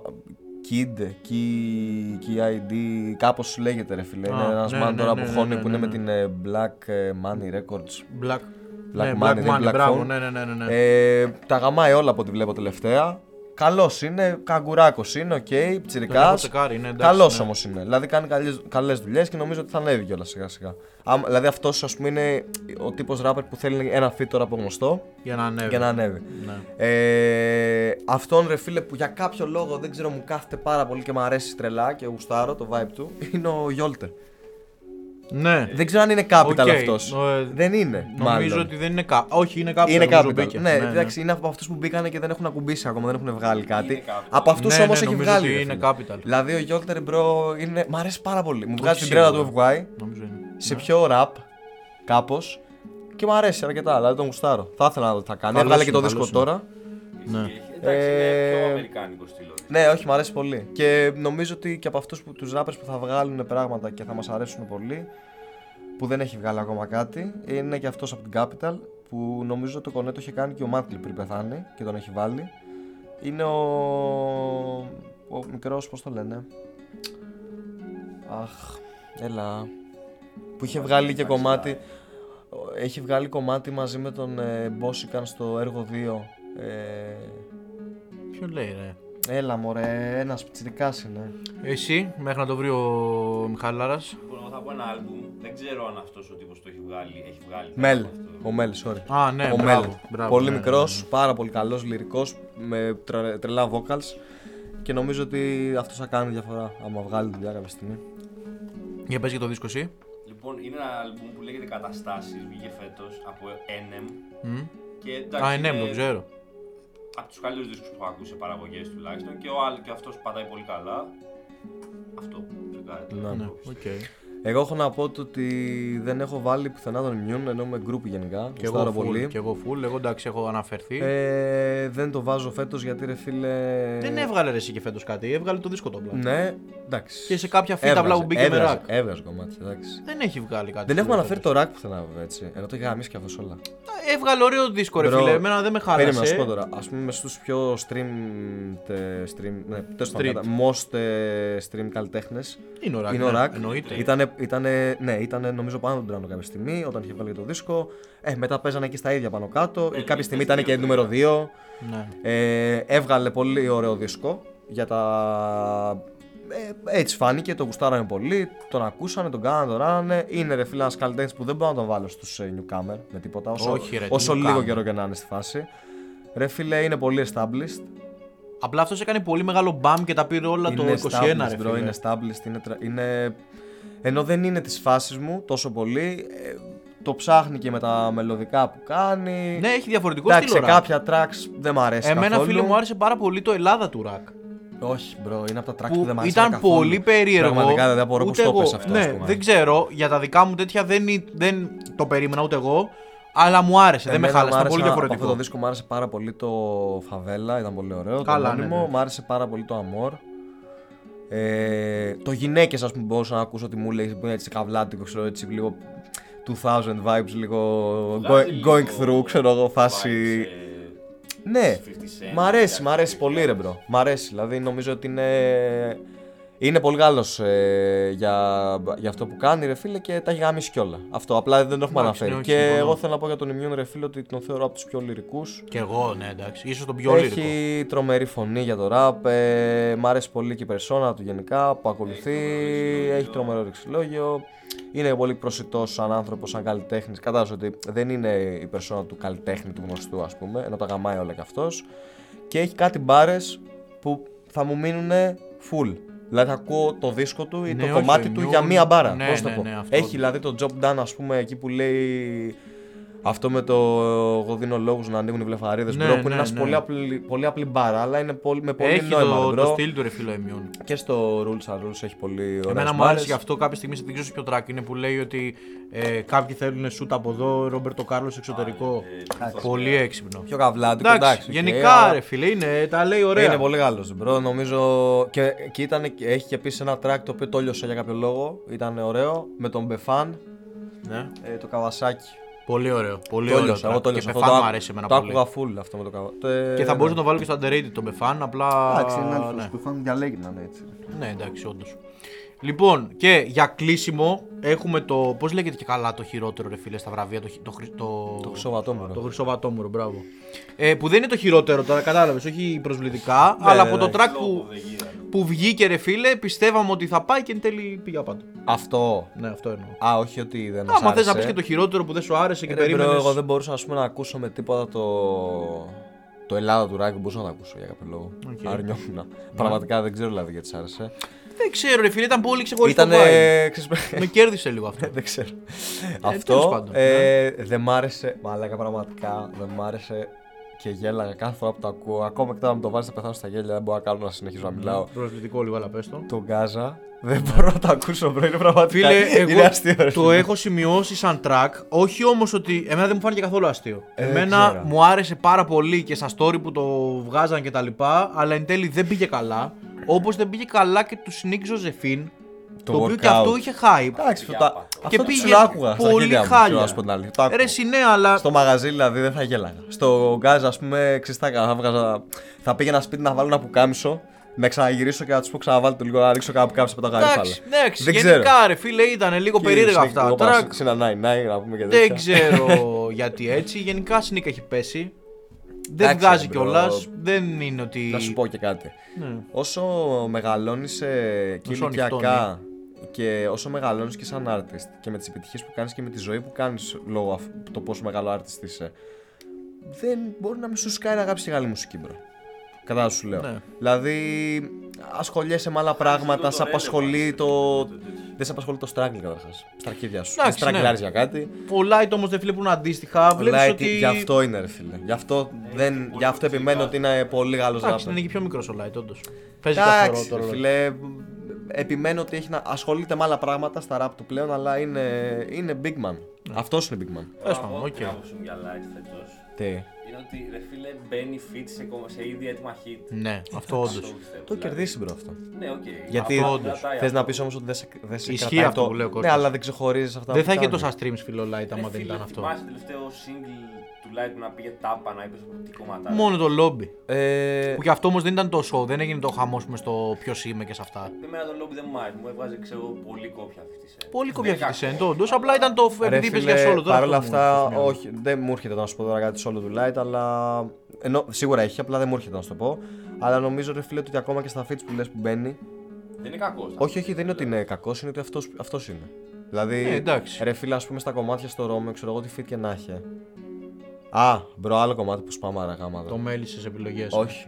B: Kid, Ki- KID, κάπως λέγεται ρε φίλε.
A: Α,
B: είναι ένας
A: ναι,
B: man
A: ναι,
B: τώρα
A: ναι,
B: από
A: ναι,
B: Χόνη
A: ναι,
B: που
A: ναι,
B: είναι με
A: ναι.
B: την ε, Black ε, Money Records.
A: Black.
B: Black
A: ναι,
B: Money,
A: Black
B: δεν
A: Money,
B: Black
A: μπράβο,
B: Phone.
A: ναι, ναι, ναι, ναι, ναι.
B: Ε, τα γαμάει όλα από ό,τι βλέπω τελευταία. Καλός είναι, καγκουράκος είναι, οκ, okay,
A: Τον
B: ψυρικά.
A: έχω τσεκάρει, ναι, εντάξει,
B: Καλός
A: ναι.
B: όμως είναι. Δηλαδή κάνει καλές δουλειές και νομίζω ότι θα ανέβει κιόλας σιγά σιγά. Αμ, δηλαδή αυτός ας πούμε είναι ο τύπος ράπερ που θέλει ένα fit τώρα από γνωστό
A: Για να ανέβει. Ναι.
B: για να ανέβει. Ε, αυτόν ρε φίλε που για κάποιο λόγο δεν ξέρω μου κάθεται πάρα πολύ και μου αρέσει τρελά και γουστάρω το vibe του είναι ο Γιόλτερ.
A: Ναι.
B: Δεν ξέρω αν είναι capital
A: Οκ,
B: αυτός.
A: ε,
B: δεν είναι.
A: Νομίζω
B: μάλλον.
A: ότι δεν είναι κάπου. Όχι, είναι κάπου.
B: Είναι
A: νομίζω
B: capital.
A: μπήκε.
B: Ναι, εντάξει, είναι από αυτούς που μπήκανε και δεν έχουν ακουμπήσει ακόμα, δεν έχουν βγάλει κάτι.
C: Είναι capital.
B: Από αυτούς
A: Ναι,
B: όμως
A: ναι,
B: έχει
A: νομίζω
B: βγάλει.
A: ότι
B: ρε
A: είναι
B: φίλε.
A: capital.
B: Δηλαδή ο Γιόλτερ Μπρο είναι. Μ' αρέσει πάρα πολύ. Μου βγάζει την
A: σίγουρα. Ναι.
B: τρέλα του FY
A: Νομίζω είναι.
B: σε πιο rap, κάπως. Και μου αρέσει αρκετά, δηλαδή τον γουστάρω. Θα ήθελα να δω τι θα κάνει.
A: Καλός
B: Έβγαλε και το
A: είναι,
B: δίσκο
A: καλός
B: τώρα.
A: ναι.
C: Εντάξει, είναι
A: Ε,
C: πιο αμερικάνικο στυλό.
B: Ναι, όχι, μου αρέσει πολύ. Και νομίζω ότι και από αυτούς τους rappers που θα βγάλουν πράγματα και θα μας αρέσουν πολύ, που δεν έχει βγάλει ακόμα κάτι, είναι και αυτός από την Capital, που νομίζω το κονέ το είχε κάνει και ο Μάτλι πριν πεθάνει και τον έχει βάλει. Είναι ο. ο μικρός, πώς το λένε. Αχ, έλα. Που είχε βγάλει και κομμάτι. Έχει βγάλει κομμάτι μαζί με τον ε, Μπόσικαν στο έργο 2. Ε,
A: Ποιο λέει, ρε.
B: Έλα μωρέ, ένας πιτσιρικάς είναι.
A: Εσύ, μέχρι να το βρει ο Μιχαλάρας.
C: Λοιπόν, εγώ θα πω ένα άλμπουμ. Δεν ξέρω αν αυτός ο τύπος το έχει βγάλει. Έχει βγάλει κάτι
B: Μέλ,
C: από αυτό.
B: ο Μέλ, sorry.
A: Α, ναι,
B: ο
A: μπράβο,
B: Μέλ.
A: μπράβο,
B: πολύ
A: ναι, ναι,
B: μικρός, πάρα πολύ καλός, λυρικός, με τρε- τρελά vocals. Και νομίζω ότι αυτός θα κάνει διαφορά άμα βγάλει δουλειά κάποια στιγμή.
A: Για πες και το δίσκο εσύ.
C: Λοιπόν, είναι ένα άλμπουμ που λέγεται Καταστάσεις. Βγήκε φέτος από NM.
A: Μμ.
C: Και εντάξει,
A: Α, ναι,
B: ε,
C: είναι
A: το ξέρω.
C: Από τους καλύτερους δίσκους που έχω ακούσει σε παραγωγές τουλάχιστον. Και, ο άλλ, και αυτός πατάει πολύ καλά. Αυτό. Ξεκάρι.
A: Ναι, οκ.
B: Εγώ έχω να πω το ότι δεν έχω βάλει πουθενά τον Immune, ενώ με group γενικά.
A: Και
B: γουστάρω
A: εγώ full.
B: πολύ.
A: Και εγώ full. Εγώ εντάξει, έχω αναφερθεί.
B: Ε, δεν το βάζω φέτος γιατί ρε φίλε...
A: Δεν έβγαλε ρε εσύ και φέτος κάτι. Έβγαλε το δίσκο το απλά.
B: ε. Ναι, εντάξει.
A: Και σε κάποια φύτα απλά που μπήκε με ρακ.
B: Έβγαζε κομμάτι, εντάξει.
A: Δεν έχει βγάλει κάτι.
B: Δεν έχουμε
A: φέτος.
B: αναφέρει το ρακ πουθενά βέβαια έτσι. Ενώ το έχει γαμίσει κι αυτό όλα.
A: Έβγαλε ωραίο δίσκο, ρε
B: Μπρο,
A: φίλε. Εμένα δεν με χάλασε.
B: Περίμενα να σου πω τώρα. Ας πούμε στους πιο streamed. ε, stream, ναι, τέλος πάντων,
A: Street.
B: κατα- most ε, streamed καλλιτέχνες.
A: Είναι ο Ρακ.
B: Είναι ο
A: ναι,
B: Ρακ.
A: Εννοείται.
B: Ήτανε, ήτανε- ναι, ήταν νομίζω πάνω τον Τράνο κάποια στιγμή όταν είχε βγάλει και το δίσκο. Ε, μετά παίζανε και στα ίδια πάνω κάτω.
C: Ε,
B: Ε, κάποια στιγμή
C: ήταν
B: ήταν και
C: δύο,
B: νούμερο 2.
A: Ναι.
B: Ε, έβγαλε πολύ ωραίο δίσκο για τα. Ε, έτσι φάνηκε, το γουστάρανε πολύ, τον ακούσανε, τον κάνανε, τον ράνανε. Είναι ρε φίλε ένας καλλιτέχνης που δεν μπορώ να τον βάλω στους newcomer με τίποτα. Όσο,
A: Όχι, ρε, τι
B: όσο λίγο
A: newcomer.
B: καιρό και να είναι στη φάση. Ρε φίλε είναι πολύ established.
A: Απλά αυτός έκανε πολύ μεγάλο μπαμ και τα πήρε όλα
B: είναι
A: το 21 ρε
B: established, bro,
A: φίλε.
B: είναι established, είναι, τρα- είναι... Ενώ δεν είναι της φάσης μου τόσο πολύ, ε, το ψάχνει και με τα μελωδικά που κάνει.
A: Ναι, έχει διαφορετικό
B: Εντάξει,
A: στυλ
B: σε
A: ο Ρακ.
B: κάποια tracks δεν μ' αρέσει
A: Εμένα
B: καθόλου.
A: φίλε μου άρεσε πάρα πολύ το Ελλάδα του Ρακ.
B: Όχι, μπρο, είναι από τα tracks που,
A: Που
B: δεν μ' άρεσαν
A: ήταν
B: καθόλου.
A: πολύ περίεργο.
B: Πραγματικά δεν απορώ
A: Ούτε
B: πώ το
A: εγώ-
B: πες αυτό. ας
A: Ναι,
B: πούμε.
A: δεν ξέρω. Για τα δικά μου τέτοια δεν, ή- δεν το περίμενα ούτε εγώ. Αλλά μου άρεσε. δεν με
B: Εμένα μ'
A: χάλασε. Ήταν
B: άρεσε
A: πολύ
B: ένα- Από αυτό
A: διαφορετικό.
B: το δίσκο μου άρεσε πάρα πολύ το Φαβέλα, ήταν πολύ ωραίο.
A: Καλά,
B: το
A: ναι,
B: μόνιμο,
A: ναι.
B: Μ' άρεσε πάρα πολύ το Αμόρ. Ε, το γυναίκες, ας πούμε, μπορούσα να ακούσω ότι μου λέει που είναι έτσι καβλάτικο, ξέρω έτσι λίγο. 2000 vibes, λίγο
C: Βγάζει
B: going,
C: λίγο
B: going through, ξέρω εγώ, φάση.
C: vibes, ε,
B: Ναι,
C: 50 Cent,
B: μ' αρέσει,
C: κάτι
B: μ' αρέσει
C: τέτοιο.
B: πολύ ρε μπρο. Μ' αρέσει, δηλαδή νομίζω ότι είναι. Είναι πολύ Γάλλος ε, για, για αυτό που κάνει ρε φίλε και τα έχει γαμίσει κιόλα. Αυτό απλά δεν το έχουμε
A: Εντάξει,
B: αναφέρει.
A: ναι, όχι,
B: και
A: συμφωνώ.
B: εγώ θέλω να πω για τον Ημιούν ρε φίλε ότι τον θεωρώ από τους πιο λυρικούς.
A: Κι εγώ, ναι, εντάξει. σω τον πιο λύρικο.
B: Έχει τρομερή φωνή για το ραπ. Ε, μ' αρέσει πολύ και η περσόνα του γενικά που ακολουθεί. Έχει τρομερό ρηξιλόγιο. Είναι πολύ προσιτός σαν άνθρωπος, σαν καλλιτέχνης. Κατάλαβες ότι δεν είναι η περσόνα του καλλιτέχνη του γνωστού, ας πούμε, ενώ τα γαμάει όλα και αυτός. Και έχει κάτι μπάρες που θα μου μείνουν full. Δηλαδή, θα ακούω το δίσκο του ή
A: Ναι,
B: το
A: όχι,
B: κομμάτι
A: ο
B: του
A: Immune.
B: για μία μπάρα.
A: Ναι,
B: πώς το
A: ναι,
B: πω.
A: ναι, αυτό.
B: Έχει δηλαδή το job done, ας πούμε, εκεί που λέει αυτό με το εγώ δίνω λόγους να ανοίγουν οι βλεφαρίδες
A: Ναι,
B: μπρο, που
A: ναι,
B: είναι ένας
A: ναι.
B: πολύ, απλή, πολύ απλή μπάρα, αλλά είναι πολύ, με πολύ
A: Έχει
B: νόημα.
A: το,
B: μπρο.
A: το στυλ του ρε φίλο Εμιούν.
B: Και στο Rules are Rules έχει πολύ ωραία.
A: Εμένα μου άρεσε γι' αυτό κάποια στιγμή, δεν ξέρω σε ποιο track είναι που λέει ότι ε, κάποιοι θέλουν σουτ από εδώ, Ρόμπερτο Κάρλος εξωτερικό. Πολύ έξυπνο.
B: Πιο καβλάντικο,
A: Εντάξει,
B: εντάξει. οκ,
A: γενικά
B: αλλά
A: ρε φίλε, είναι, τα λέει ωραία.
B: Είναι πολύ Γάλλος μπρο. Νομίζω. Και, και ήταν, και- έχει και επίσης ένα track το οποίο το έλειωσα για κάποιο λόγο. Ήταν ωραίο. Με τον Μπεφάν,
A: Ναι.
B: ε, το Καβασάκι.
A: Πολύ ωραίο. Πολύ
B: Το
A: ωραίο.
B: έλειωσα.
A: track.
B: Εγώ το
A: και
B: έλειωσα. αυτό,
A: Πεφάν
B: το
A: μου
B: άκου-
A: αρέσει εμένα
B: Το
A: πολύ.
B: άκουγα full αυτό ε, με το Καβασάκι.
A: Και θα μπορούσα να το βάλω και στο underrated τον Πεφάν, απλά.
D: Εντάξει, είναι άλλο
A: ναι.
D: που φάνηκε διαλέγει να είναι έτσι.
A: Ναι, εντάξει, όντως. Λοιπόν, και για κλείσιμο έχουμε το. Πώς λέγεται και καλά το χειρότερο, ρε φίλε, στα βραβεία. Το, χι- το, χρυ- το...
B: Το Χρυσοβατόμουρο.
A: Το Χρυσοβατόμουρο, μπράβο. Ε, που δεν είναι το χειρότερο τώρα, κατάλαβες. Όχι προσβλητικά,
B: Ναι,
A: αλλά από το track που, που βγήκε, ρε φίλε, πιστεύαμε ότι θα πάει και εν τέλει πήγα πάντα.
B: Αυτό.
A: Ναι, αυτό εννοώ.
B: Α, όχι ότι δεν μας
A: Άμα θες να
B: άρεσε. Ε,
A: πεις και το χειρότερο που δεν σου άρεσε και
B: Ρε, μπρο,
A: περίμενες.
B: εγώ δεν μπορούσα ας πούμε, να ακούσω με τίποτα το. Το Ελλάδα του Ράγκ δεν μπορούσα να το ακούσω για κάποιο λόγο.
A: Οκ.
B: Αρνιόμουν. Πραγματικά δεν ξέρω δηλαδή γιατί σ' άρεσε.
A: Δεν ξέρω, ρε φίλε, ήταν πολύ ξεχωριστό.
B: Ήταν.
A: vibe.
B: ξέρεις,
A: Με κέρδισε λίγο αυτό.
B: δεν ξέρω.
A: τέλος
B: Αυτό
A: πάντων, ναι.
B: ε, δεν μ' άρεσε. Μαλάκα πραγματικά δεν μ' άρεσε και γέλαγα κάθε φορά που το ακούω. Ακόμα και τώρα με το βάζεις να πεθάνω στα γέλια, δεν μπορώ να κάνω να συνεχίσω
A: Ναι.
B: να μιλάω.
A: Προσβλητικό λίγο, αλλά πες το.
B: Το Γκάζα δεν μπορώ να το ακούσω, μπρο. Είναι πραγματικά.
A: Φίλε,
B: είναι
A: εγώ
B: αστείο, ρε,
A: το
B: φίλε.
A: έχω σημειώσει σαν track. Όχι όμως ότι. Εμένα δεν μου φάνηκε καθόλου αστείο.
B: Ε, δεν
A: εμένα
B: ξέρω.
A: μου άρεσε πάρα πολύ και στα story που το βγάζαν και τα λοιπά. Αλλά εν τέλει δεν πήγε καλά. Όπως δεν πήγε καλά και τους Σνίκ Ζωζεφίν. Το,
B: Το
A: οποίο και
B: workout.
A: αυτό είχε hype.
B: Εντάξει, αυτό το- αυτό
A: Και
B: το
A: πήγε
B: ψιλοάκουγα στα
A: πολύ
B: γέλια μου,
A: χάλια.
B: θέλω να σου πω την αλήθεια. Το άκουγα.
A: Ρε συνέ, αλλά.
B: Στο μαγαζί δηλαδή δεν θα γέλαγα. Στο γκάζ, ας πούμε, ξυστάκα. Θα, βγάζα... θα πήγαινα σπίτι να βάλω ένα πουκάμισο, να ξαναγυρίσω και να τους πω ξαναβάλτε το λίγο να ρίξω κάνα πουκάμισο από τα γαρίφαλα.
A: Εντάξει, εντάξει.
B: Δεν
A: Γενικά,
B: ξέρω.
A: ρε φίλε, ήταν λίγο
B: Κύριε
A: περίεργα
B: Σνίκ,
A: αυτά.
B: εγώ πάω
A: Track,
B: σε ένα nine nine να πούμε και
A: δεν
B: τέτοια.
A: ξέρω γιατί έτσι. Γενικά, Σνίκ έχει πέσει. Δεν
B: Εντάξει,
A: βγάζει
B: bro.
A: κιόλας. Δεν είναι ότι.
B: Να σου πω και κάτι.
A: Ναι.
B: Όσο μεγαλώνεις και
A: Όσο ναι.
B: ηλικιακά και όσο μεγαλώνεις και σαν artist και με τις επιτυχίες που κάνεις και με τη ζωή που κάνεις λόγω αυ- το πόσο μεγάλο artist είσαι, δεν μπορεί να μην σου σκάει να γράψεις και καλή μουσική, μπρο. Κατά σου λέω.
A: Ναι.
B: Δηλαδή, ασχολιέσαι με άλλα πράγματα,
C: το
B: σε απασχολεί
C: relevance,
B: το.
C: το τέτοιο.
B: Δεν σε απασχολεί το struggle καταρχάς. Στα αρχίδια σου.
A: Εντάξει,
B: Δεν
A: ναι.
B: struggle για κάτι.
A: Πολλά light όμω δεν βλέπουν αντίστοιχα. Βλέπεις
B: Light,
A: ότι.
B: Γι' αυτό είναι, ρε φίλε. Γι' αυτό, δεν, γι αυτό επιμένω ότι είναι πολύ Γάλλος
A: Εντάξει,
B: rapper.
A: είναι και πιο μικρός ο light, όντως. Παίζει καθαρό
B: Εντάξει,
A: το
B: ρε
A: ρόλο.
B: φίλε. Επιμένω ότι έχει να ασχολείται με άλλα πράγματα στα ραπ του πλέον, αλλά είναι, είναι big man. Αυτός Αυτός είναι big man.
A: Τέλος πάντων, οκ.
C: Η άποψη μου για light φέτος
B: Τι.
C: είναι ότι ρε φίλε μπαίνει fit σε, κομμα- σε ήδη έτοιμα hit.
A: Ναι, αυτό όντω.
C: Αυτό πιστεύω,
B: Το
C: δηλαδή.
B: κερδίσει μπρο αυτό.
C: Ναι, οκ.
B: Γιατί
A: Αυτό όντως.
C: κρατάει
B: θες
C: αυτό.
B: να πεις όμως ότι δεν σε, δεν σε
A: Ισχύει
B: κρατάει
A: αυτό
B: το-
A: που λέει ο
B: Ναι,
A: Κώστας.
B: αλλά δεν ξεχωρίζεις αυτά
A: Δεν
B: που
A: θα είχε
B: κάνει.
A: τόσα streams φίλο light άμα
C: Ρε
A: δεν
C: φίλε,
A: ήταν αυτό.
C: Θυμάσαι το τελευταίο single του Light που να πήγε τάπα να είπε τι κομμάτα.
A: Μόνο το lobby.
B: Ε,
A: Που κι αυτό όμως δεν ήταν το show, δεν έγινε το χαμό με στο ποιος είμαι και σε αυτά.
C: Εμένα το lobby δεν μου άρεσε, μου έβγαζε ξέρω πολύ κόπια αυτή τη σέντ.
A: Πολύ κοπιά αυτή τη όντως. Απλά ήταν το
B: Ρε
A: εντύπωση για
B: φίλε,
A: solo.
B: Παρ' όλα αυτά, όχι, δεν μου έρχεται να σου πω τώρα κάτι solo του Light, αλλά. Ενώ σίγουρα έχει, απλά δεν μου έρχεται να σου το πω. Αλλά νομίζω, ρε φίλε, ότι ακόμα και στα fits που λες που μπαίνει.
C: Δεν είναι κακός.
B: Όχι, όχι, δεν είναι ότι είναι κακός, είναι ότι αυτός, αυτός είναι. Δηλαδή,
A: Ναι, εντάξει.
B: ρε φίλε, ας πούμε στα κομμάτια στο Ρώμιο, ξέρω εγώ τι fit και να έχει. Α, μπρο, άλλο κομμάτι που σπαμάρα γάμα.
A: Το μέλησε επιλογές.
B: Όχι.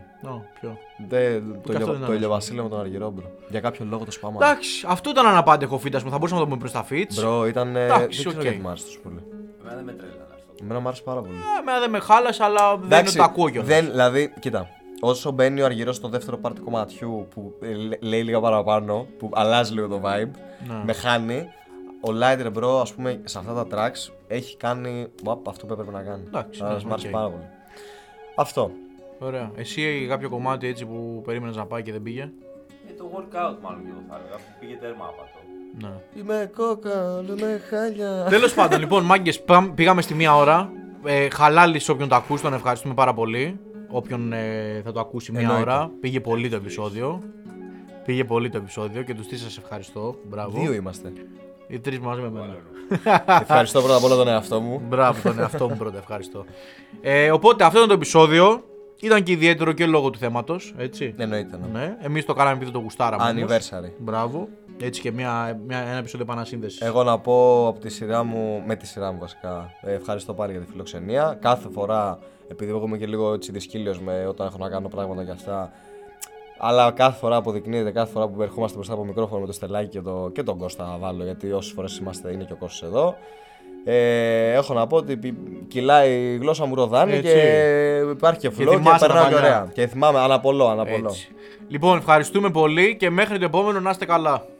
A: ποιο.
B: Δε, το
A: αυτό δεν
B: ηλιο-
A: είναι
B: το
A: άλλο.
B: ηλιοβασίλειο με τον αργυρό, μπρο. Για κάποιο λόγο το σπαμάρα.
A: Εντάξει, αυτό ήταν αναπάντεχο φίτας που θα μπορούσαμε να το πούμε προς τα φίτ.
B: Μπρο, ήταν. ε,
A: Εντάξει,
B: Δεν ξέρω
A: οκ.
B: γιατί μου άρεσε τόσο πολύ.
C: Εμένα δεν με τρέλανε αυτό.
B: Εμένα μου άρεσε πάρα πολύ.
A: Εμένα δεν με χάλασε, αλλά δεν είναι
B: Εντάξει,
A: το ακούω κιόλας.
B: δεν- Δηλαδή, κοίτα. Όσο μπαίνει ο Αργυρός στο δεύτερο πάρτι κομματιού που ε, λέ- λέει λίγα παραπάνω, που αλλάζει λίγο το vibe,
A: Ναι.
B: με χάνει. Ο Lighter Bro, ας πούμε, σε αυτά τα tracks έχει κάνει «Βαπ, αυτό που έπρεπε να κάνει.
A: Εντάξει,
B: Άρα,
A: ναι,
B: μ' άρεσε
A: οκ.
B: πάρα πολύ. Αυτό.
A: Ωραία. Εσύ κάποιο κομμάτι έτσι που περίμενες να πάει και δεν πήγε.
C: Ε, το workout μάλλον και εγώ θα έλεγα. που Πήγε τέρμα άπατο.
A: Ναι.
B: Είμαι κόκαλο, με χαλιά.
A: Τέλος πάντων, λοιπόν, μάγκες, πήγαμε στη μία ώρα. Ε, χαλάλη σε όποιον το ακούσει, τον ευχαριστούμε πάρα πολύ. Όποιον ε, θα το ακούσει μία
B: Εννοείται.
A: ώρα. Πήγε πολύ το επεισόδιο. Πήγε πολύ το επεισόδιο και τους τρεις σας ευχαριστώ. Μπράβο.
B: Δύο είμαστε.
A: Οι τρεις μαζί με μένα.
B: Ευχαριστώ πρώτα απ' όλα τον εαυτό μου.
A: Μπράβο, τον εαυτό μου πρώτα, ευχαριστώ. Ε, οπότε αυτό ήταν το επεισόδιο. Ήταν και ιδιαίτερο και λόγω του θέματος, έτσι.
B: Εννοείται. ναι.
A: Ναι. Εμείς το κάναμε επειδή το γουστάραμε. όμως.
B: Anniversary.
A: Μπράβο. Έτσι και μια, μια, ένα επεισόδιο επανασύνδεσης.
B: Εγώ να πω από τη σειρά μου, με τη σειρά μου βασικά, ε, ευχαριστώ πάλι για τη φιλοξενία. Κάθε φορά, επειδή εγώ είμαι και λίγο έτσι δυσκύλιος με όταν έχω να κάνω πράγματα και αυτά, αλλά κάθε φορά αποδεικνύεται, κάθε φορά που ερχόμαστε μπροστά από μικρόφωνο με το Στελάκι και, το, και τον Κώστα θα βάλω, γιατί όσες φορές είμαστε είναι και ο Κώστας εδώ. Ε, έχω να πω ότι πι- κυλάει η γλώσσα μου ροδάνη
A: Έτσι.
B: και υπάρχει και φλό και,
A: θυμάσαι τα
B: περνάω και
A: παλιά.
B: ωραία. Και θυμάμαι, αναπολώ, αναπολώ.
A: Έτσι. Λοιπόν, ευχαριστούμε πολύ και μέχρι το επόμενο να είστε καλά.